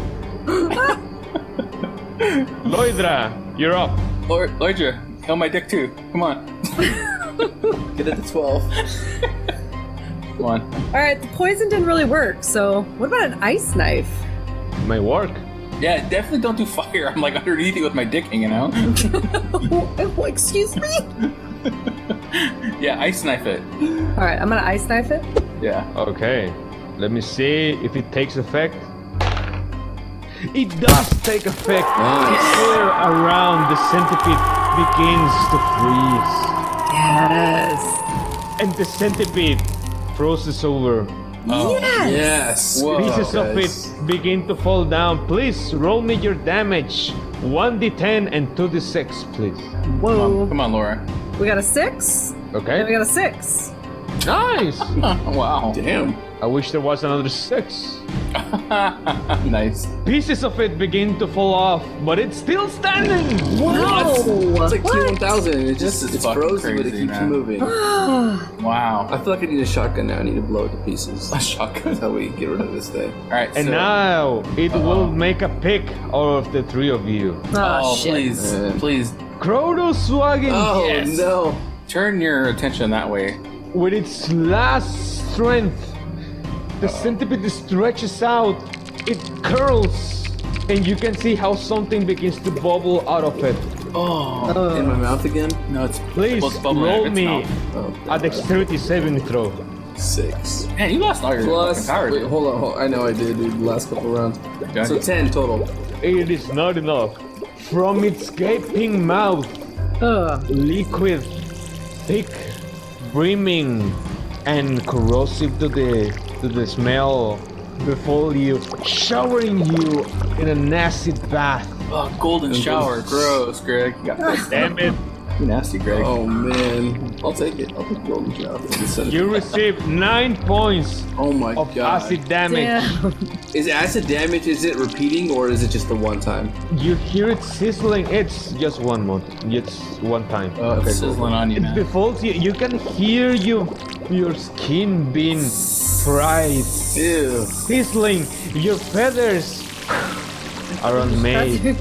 Speaker 5: Loidra, you're up.
Speaker 6: Lor- Lordra, kill my dick too. Come on.
Speaker 7: Get it to 12.
Speaker 6: Come on.
Speaker 4: all right. The poison didn't really work. So, what about an ice knife?
Speaker 5: My work.
Speaker 6: Yeah, definitely don't do fire. I'm like underneath it with my dick hanging out.
Speaker 4: Oh, oh, excuse me.
Speaker 6: yeah, ice knife it.
Speaker 4: All right, I'm gonna ice knife it.
Speaker 6: Yeah.
Speaker 5: Okay, let me see if it takes effect. It does take effect. The air around the centipede begins to freeze,
Speaker 4: Yes.
Speaker 5: and the centipede froze over.
Speaker 4: yes.
Speaker 7: Yes.
Speaker 6: Whoa.
Speaker 5: Pieces of
Speaker 7: guys.
Speaker 5: it begin to fall down. Please roll me your damage. 1d10 and 2d6, please.
Speaker 4: Whoa.
Speaker 6: Come on, Laura.
Speaker 4: We got a six. And we
Speaker 5: Okay.
Speaker 4: got a six.
Speaker 5: Nice.
Speaker 6: wow.
Speaker 7: Damn.
Speaker 5: I wish there was another six.
Speaker 6: nice.
Speaker 5: Pieces of it begin to fall off, but it's still standing.
Speaker 4: No!
Speaker 7: It's like T1000 and it
Speaker 6: This
Speaker 7: just
Speaker 6: is
Speaker 7: it's
Speaker 6: fucking
Speaker 7: frozen, but it
Speaker 6: crazy,
Speaker 7: keeps
Speaker 6: man.
Speaker 7: moving.
Speaker 6: Wow.
Speaker 7: I feel like I need a shotgun now. I need to blow it to pieces.
Speaker 6: A shotgun.
Speaker 7: That's how we get rid of this thing.
Speaker 6: All right.
Speaker 5: And
Speaker 6: so,
Speaker 5: now it will make a pick out of the three of you.
Speaker 6: oh,
Speaker 4: Oh, shit.
Speaker 6: please,
Speaker 7: Yeah.
Speaker 6: please
Speaker 5: Crotoswagging
Speaker 7: Oh
Speaker 6: Yes.
Speaker 7: no!
Speaker 6: turn your attention that way.
Speaker 5: with its last strength. The centipede stretches out, it curls, and you can see how something begins to bubble out of it.
Speaker 7: Oh, in my mouth again.
Speaker 6: Uh, No, it's
Speaker 5: Please
Speaker 6: well, it's bubbling out of
Speaker 5: roll
Speaker 6: its
Speaker 5: me
Speaker 6: mouth.
Speaker 7: Oh,
Speaker 5: a dexterity saving throw.
Speaker 7: six.
Speaker 6: Man, you lost all your fucking
Speaker 7: Plus,
Speaker 6: power.
Speaker 7: wait,
Speaker 6: dude.
Speaker 7: hold on, hold on. I know I did dude, the last couple rounds.
Speaker 6: Yeah.
Speaker 7: So ten total.
Speaker 5: It is not enough. From its gaping mouth,
Speaker 4: Ugh.
Speaker 5: liquid, thick, brimming, and corrosive to the to the smell before you, showering you in an acid bath.
Speaker 6: Oh, golden shower. Gross, Greg. You got this.
Speaker 5: Damn it!
Speaker 6: You nasty, Greg.
Speaker 7: Oh man, I'll take it. I'll take the golden job.
Speaker 5: You receive nine points
Speaker 7: oh my
Speaker 5: of
Speaker 7: god!
Speaker 5: acid damage.
Speaker 4: Damn.
Speaker 7: Is acid damage? Is it repeating or is it just the one time?
Speaker 5: You hear it sizzling. It's just one month. It's one time.
Speaker 6: Oh, it's sizzling on you,
Speaker 5: It
Speaker 6: man.
Speaker 5: befalls you. You can hear you, your skin being fried,
Speaker 7: Ew.
Speaker 5: sizzling. Your feathers are unmade.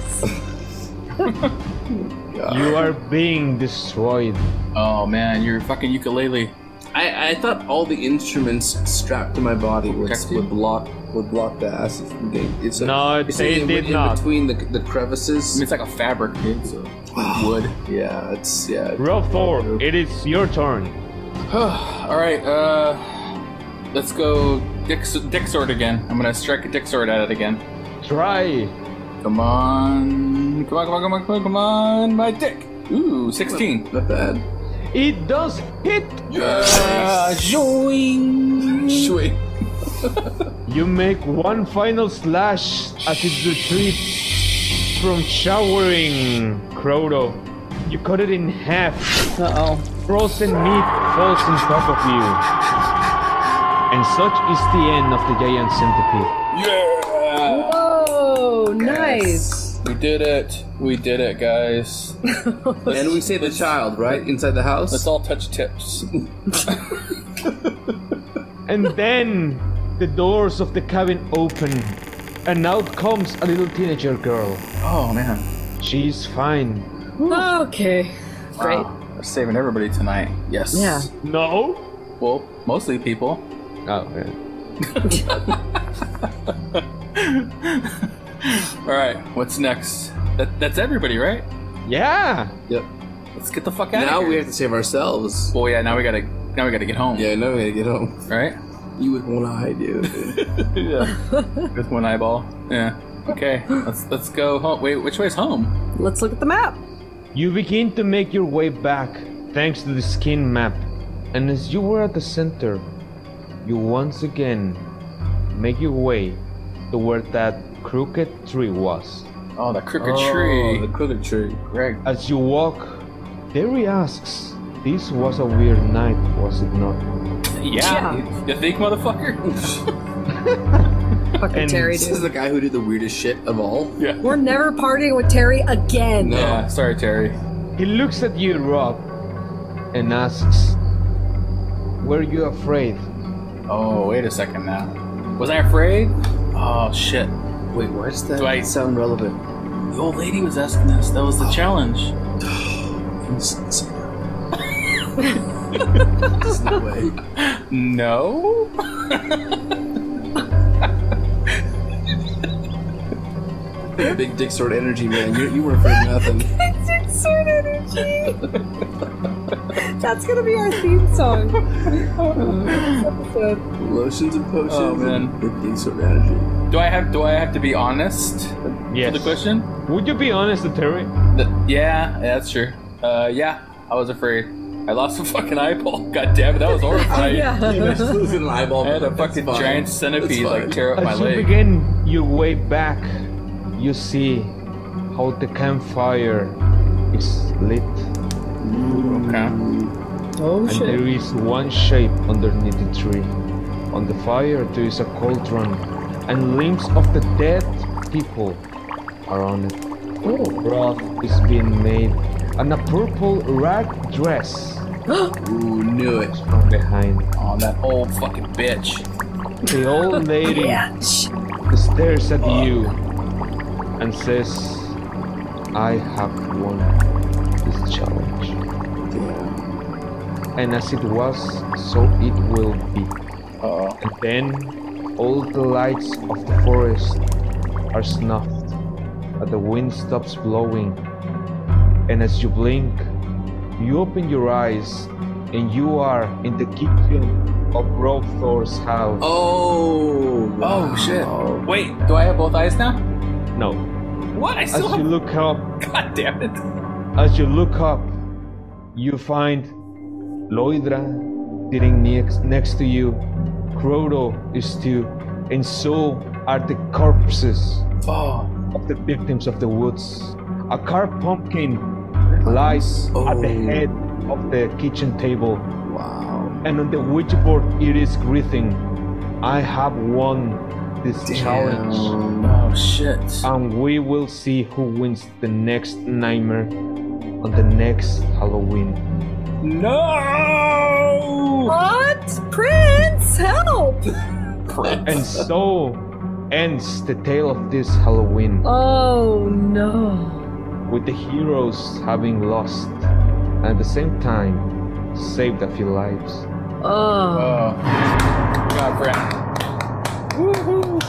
Speaker 5: You are being destroyed.
Speaker 6: Oh man, your fucking ukulele.
Speaker 7: I, I thought all the instruments strapped to my body would,
Speaker 6: Protect you?
Speaker 7: would block would block the acid from getting. It's
Speaker 5: No,
Speaker 7: you're saying
Speaker 5: they
Speaker 7: went
Speaker 5: did not.
Speaker 7: In between the, the
Speaker 6: I mean,
Speaker 7: crevices.
Speaker 6: it's like a fabric, dude. So wood.
Speaker 7: Yeah, it's yeah.
Speaker 5: Row four. It is your turn.
Speaker 6: All right, uh, let's go Dix Dick sword again. I'm gonna strike a Dick sword at it again.
Speaker 5: Try.
Speaker 6: Come on, come on, come on, come on, come on, come on, my dick. Ooh, 16.
Speaker 7: Not bad.
Speaker 5: It does hit.
Speaker 6: Uh, joing.
Speaker 7: Sweet.
Speaker 5: You make one final slash as it retreats from showering Croto. You cut it in half.
Speaker 4: Uh oh.
Speaker 5: Frozen meat falls on top of you. And such is the end of the giant centipede.
Speaker 6: Yeah,
Speaker 4: Oh, nice.
Speaker 6: we did it. We did it, guys.
Speaker 7: And we saved the child, right? Inside the house.
Speaker 6: Let's all touch tips.
Speaker 5: And then the doors of the cabin open, and out comes a little teenager girl.
Speaker 6: Oh man,
Speaker 5: She's fine.
Speaker 4: Okay. Great.
Speaker 6: Wow, Uh, We're saving everybody tonight. Yes.
Speaker 4: Yeah.
Speaker 5: No?
Speaker 6: Well, mostly people.
Speaker 5: Oh, yeah.
Speaker 6: All right, what's next? That, that's everybody, right?
Speaker 5: Yeah!
Speaker 7: Yep.
Speaker 6: Let's get the fuck out.
Speaker 7: Now
Speaker 6: of here.
Speaker 7: we have to save ourselves.
Speaker 6: Well, yeah. Now we gotta. Now we gotta get home.
Speaker 7: Yeah, now we gotta get home.
Speaker 6: Right.
Speaker 7: You would want to hide you.
Speaker 6: yeah. With one eyeball. Yeah. Okay. Let's let's go home. Wait, which way's home?
Speaker 4: Let's look at the map.
Speaker 5: You begin to make your way back thanks to the skin map, and as you were at the center, you once again make your way to where that crooked tree was.
Speaker 6: Oh, the crooked tree.
Speaker 7: Oh, the crooked tree.
Speaker 6: Greg.
Speaker 5: As you walk, Derry asks, This was a weird night, was it not?
Speaker 6: Yeah. You think, motherfucker?
Speaker 4: Fucking
Speaker 5: And
Speaker 4: Terry,
Speaker 7: This is
Speaker 4: dude.
Speaker 7: the guy who did the weirdest shit of all.
Speaker 6: yeah.
Speaker 4: We're never partying with Terry again.
Speaker 6: Yeah. Sorry, Terry.
Speaker 5: He looks at you, Rob, and asks, Were you afraid?
Speaker 6: Oh, wait a second now. Was I afraid? Oh shit.
Speaker 7: Wait, why does that
Speaker 6: Dwight.
Speaker 7: sound relevant?
Speaker 6: The old lady was asking us. That was the challenge.
Speaker 7: There's no way.
Speaker 6: No.
Speaker 7: Big dick sword energy, man. You, you were afraid of nothing.
Speaker 4: Insert energy. That's gonna be our theme song. Episode.
Speaker 7: Lotions and potions.
Speaker 6: Oh, man.
Speaker 7: and Big dick sword energy.
Speaker 6: Do I have Do I have to be honest
Speaker 5: Yes.
Speaker 6: for the question?
Speaker 5: Would you be honest to Terry?
Speaker 6: Th- yeah, yeah, that's true. Uh, yeah, I was afraid. I lost a fucking eyeball. God damn it, that was horrifying.
Speaker 4: Yeah.
Speaker 7: Losing an eyeball.
Speaker 6: I had a
Speaker 7: Oh, That's
Speaker 6: fucking
Speaker 7: fine.
Speaker 6: giant
Speaker 7: That's
Speaker 6: centipede
Speaker 7: fine.
Speaker 6: like tear up my
Speaker 5: As you
Speaker 6: leg.
Speaker 5: begin your way back, you see how the campfire is lit,
Speaker 6: Okay.
Speaker 4: Oh
Speaker 5: and there is one shape underneath the tree, On the fire there is a cauldron, and limbs of the dead people are on it.
Speaker 6: Oh,
Speaker 5: Broth is being made, and a purple rag dress
Speaker 7: Ooh, knew it.
Speaker 5: from behind.
Speaker 7: Oh, that old fucking bitch.
Speaker 5: The old lady stares at you and says, I have won this challenge. And as it was, so it will be. And then all the lights of the forest are snuffed, and the wind stops blowing. And as you blink, you open your eyes, and you are in the kitchen of Rothor's house.
Speaker 7: Oh. Oh shit. Wait, do I have both eyes now?
Speaker 5: No,
Speaker 7: What? I
Speaker 5: As
Speaker 7: still
Speaker 5: you
Speaker 7: have.
Speaker 5: look up,
Speaker 7: God damn it.
Speaker 5: as you look up, you find Loidra sitting next, next to you, Crodo is too, and so are the corpses
Speaker 7: Oh.
Speaker 5: of the victims of the woods. A carved pumpkin lies at the
Speaker 7: Oh.
Speaker 5: head of the kitchen table,
Speaker 7: Wow.
Speaker 5: and on the witchboard it is greeting, "I have won this challenge."
Speaker 7: Oh shit.
Speaker 5: and we will see who wins the next nightmare on the next Halloween.
Speaker 7: No.
Speaker 4: What? Prince, help!
Speaker 5: And so ends the tale of this Halloween
Speaker 4: Oh no.
Speaker 5: with the heroes having lost and at the same time saved a few lives.
Speaker 4: Oh.
Speaker 6: Oh. God, Brad.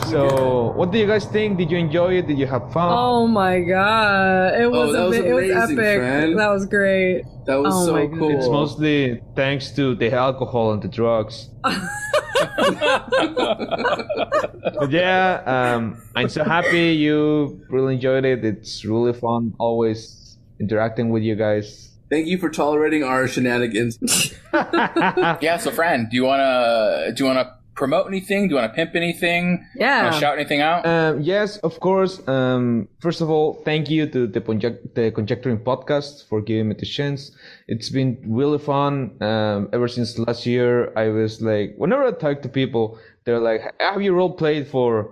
Speaker 5: So, what do you guys think? Did you enjoy it? Did you have fun?
Speaker 4: Oh my god. It was,
Speaker 7: that was
Speaker 4: ama- it was epic.
Speaker 7: amazing, friend.
Speaker 4: That was great.
Speaker 7: That was
Speaker 4: Oh my
Speaker 7: so
Speaker 4: goodness.
Speaker 7: cool.
Speaker 5: It's mostly thanks to the alcohol and the drugs. but yeah, um, I'm so happy you really enjoyed it. It's really fun, always interacting with you guys.
Speaker 7: Thank you for tolerating our shenanigans.
Speaker 6: Yeah, so friend, do you wanna do you wanna promote anything? Do you wanna pimp anything?
Speaker 4: Yeah.
Speaker 6: Wanna Oh, shout anything out?
Speaker 5: Um, yes, of course. Um, first of all, thank you to the, Conject- the Conjecturing Podcast for giving me the chance. It's been really fun. Um, ever since last year, I was like, whenever I talk to people, they're like, "Have you role played for,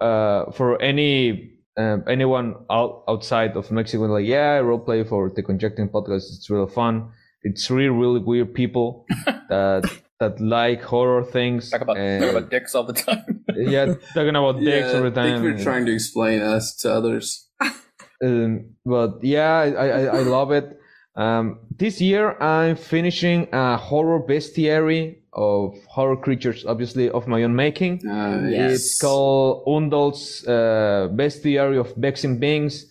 Speaker 5: uh, for any um, anyone out outside of Mexico?" And like, yeah, I role play for the Conjecturing Podcast. It's really fun. It's really really weird people that that like horror things.
Speaker 6: talk about
Speaker 5: and-
Speaker 6: talk about dicks all the time.
Speaker 5: yeah, talking about dicks
Speaker 7: Yeah,
Speaker 5: all the
Speaker 7: Thank
Speaker 5: time.
Speaker 7: you for trying to explain us to others.
Speaker 5: um, but yeah, I, I, I- I love it. Um, this year, I'm finishing a horror bestiary of horror creatures, obviously of my own making.
Speaker 7: Nice.
Speaker 5: It's called Undal's uh, Bestiary of Vexing Beings.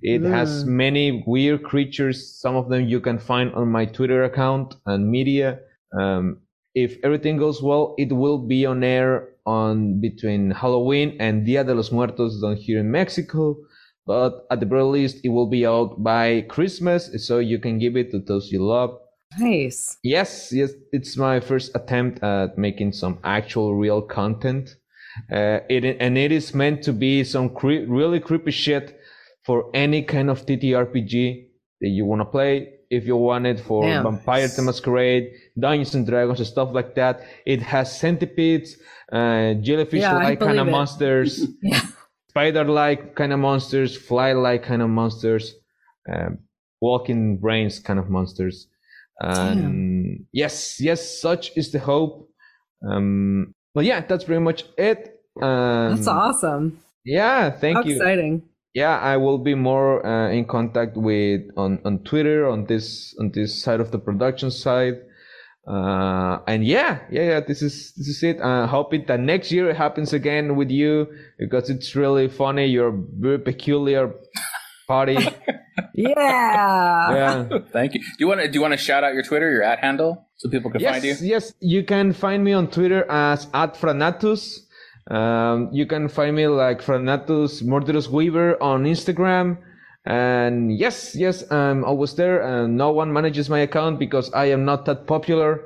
Speaker 5: It has many weird creatures. Some of them you can find on my Twitter account and media. Um, if everything goes well, it will be on air on between Halloween and Dia de los Muertos down here in Mexico. But at the very least, it will be out by Christmas, so you can give it to those you love.
Speaker 4: Nice.
Speaker 5: Yes, yes, it's my first attempt at making some actual real content. Uh, it and it is meant to be some cre- really creepy shit for any kind of TTRPG that you want to play. If you want it for
Speaker 4: Damn.
Speaker 5: Vampire the Masquerade, Dungeons and Dragons, stuff like that, it has centipedes, uh,
Speaker 4: Yeah, I
Speaker 5: jellyfish-like kind
Speaker 4: believe
Speaker 5: of
Speaker 4: it.
Speaker 5: monsters,
Speaker 4: Yeah.
Speaker 5: spider-like kind of monsters, fly-like kind of monsters, um, walking brains kind of monsters. Um, yes, yes, such is the hope. Um, but yeah, that's pretty much it. Um,
Speaker 4: That's awesome.
Speaker 5: Yeah, thank
Speaker 4: How
Speaker 5: you.
Speaker 4: exciting.
Speaker 5: Yeah, I will be more uh, in contact with on on Twitter on this on this side of the production side. Uh, and yeah, yeah, yeah, this is this is it. I hope it that next year it happens again with you because it's really funny. You're a very peculiar party.
Speaker 4: Yeah.
Speaker 5: yeah.
Speaker 6: Thank you. Do you wanna do you wanna shout out your Twitter, your ad handle, so people can
Speaker 5: yes,
Speaker 6: find you?
Speaker 5: Yes, you can find me on Twitter as at Franatus. Um, you can find me like Franatus Murderous Weaver on Instagram. And yes, yes, I'm always there. Uh, no one manages my account because I am not that popular.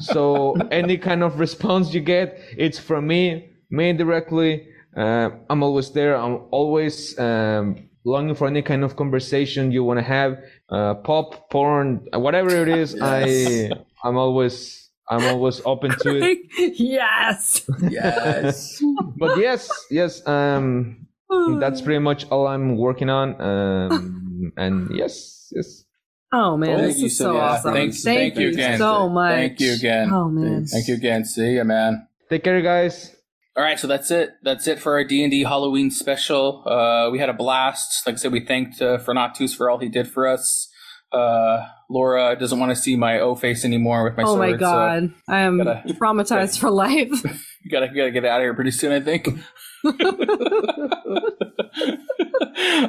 Speaker 5: So any kind of response you get, it's from me, me directly. Uh, I'm always there. I'm always um, longing for any kind of conversation you want to have. Uh, pop, porn, whatever it is, I I'm always I'm always open to it.
Speaker 4: yes.
Speaker 7: Yes.
Speaker 5: But yes, yes, um, that's pretty much all I'm working on. Um, and yes, yes.
Speaker 4: Oh man,
Speaker 7: Thank
Speaker 4: this
Speaker 7: you
Speaker 4: is
Speaker 7: so
Speaker 4: so
Speaker 7: much.
Speaker 4: awesome.
Speaker 7: Thanks-
Speaker 6: thank you again.
Speaker 4: so much.
Speaker 6: Thank you again.
Speaker 4: Oh man.
Speaker 6: Thank you again. See ya, man.
Speaker 5: Take care, guys.
Speaker 6: All right, so that's it. That's it for our D and D Halloween special. Uh, we had a blast. Like I said, we thanked uh, Fernatus for all he did for us. Uh, Laura doesn't want to see my O face anymore with my
Speaker 4: oh
Speaker 6: sword.
Speaker 4: my god, I am
Speaker 6: Gotta-
Speaker 4: traumatized for life.
Speaker 6: So you gotta you gotta get out of here pretty soon, I think.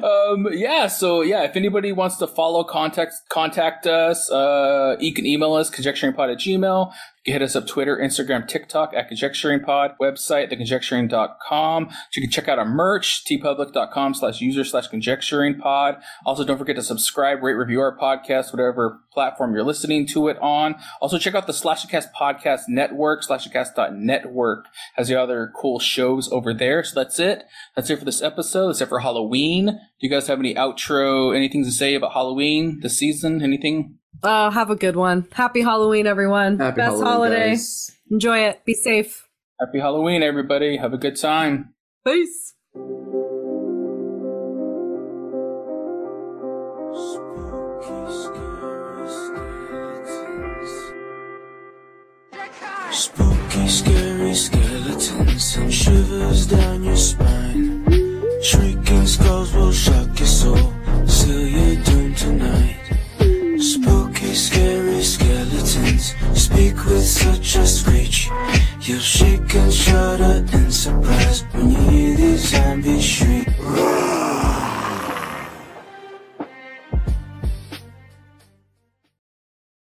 Speaker 6: um, yeah. So yeah, if anybody wants to follow, contact contact us. Uh, you can email us conjecturingpod at gmail. You can hit us up Twitter, Instagram, TikTok at conjecturingpod. Website theconjecturing.com. You can check out our merch tpublic.com slash user slash conjecturingpod. Also, don't forget to subscribe, rate, review our podcast, whatever platform you're listening to it on. Also, check out the Slashcast podcast network, slashcast.network has the other cool shows over there. So that's it. That's it for this episode. That's it for Halloween. Do you guys have any outro, anything to say about Halloween, the season, anything?
Speaker 4: oh, have a good one. Happy Halloween, everyone.
Speaker 7: Happy
Speaker 4: Best
Speaker 7: Halloween,
Speaker 4: holiday.
Speaker 7: guys.
Speaker 4: Enjoy it. Be safe.
Speaker 6: Happy Halloween, everybody. Have a good time.
Speaker 4: Peace.
Speaker 3: Spooky, scary skeletons. Spooky, scary skeletons and shivers down your spine. Shrieking skulls will shock your soul, seal your doom tonight. Spooky, scary skeletons speak with such a screech. You'll shake and shudder in surprise when you hear these zombies shriek.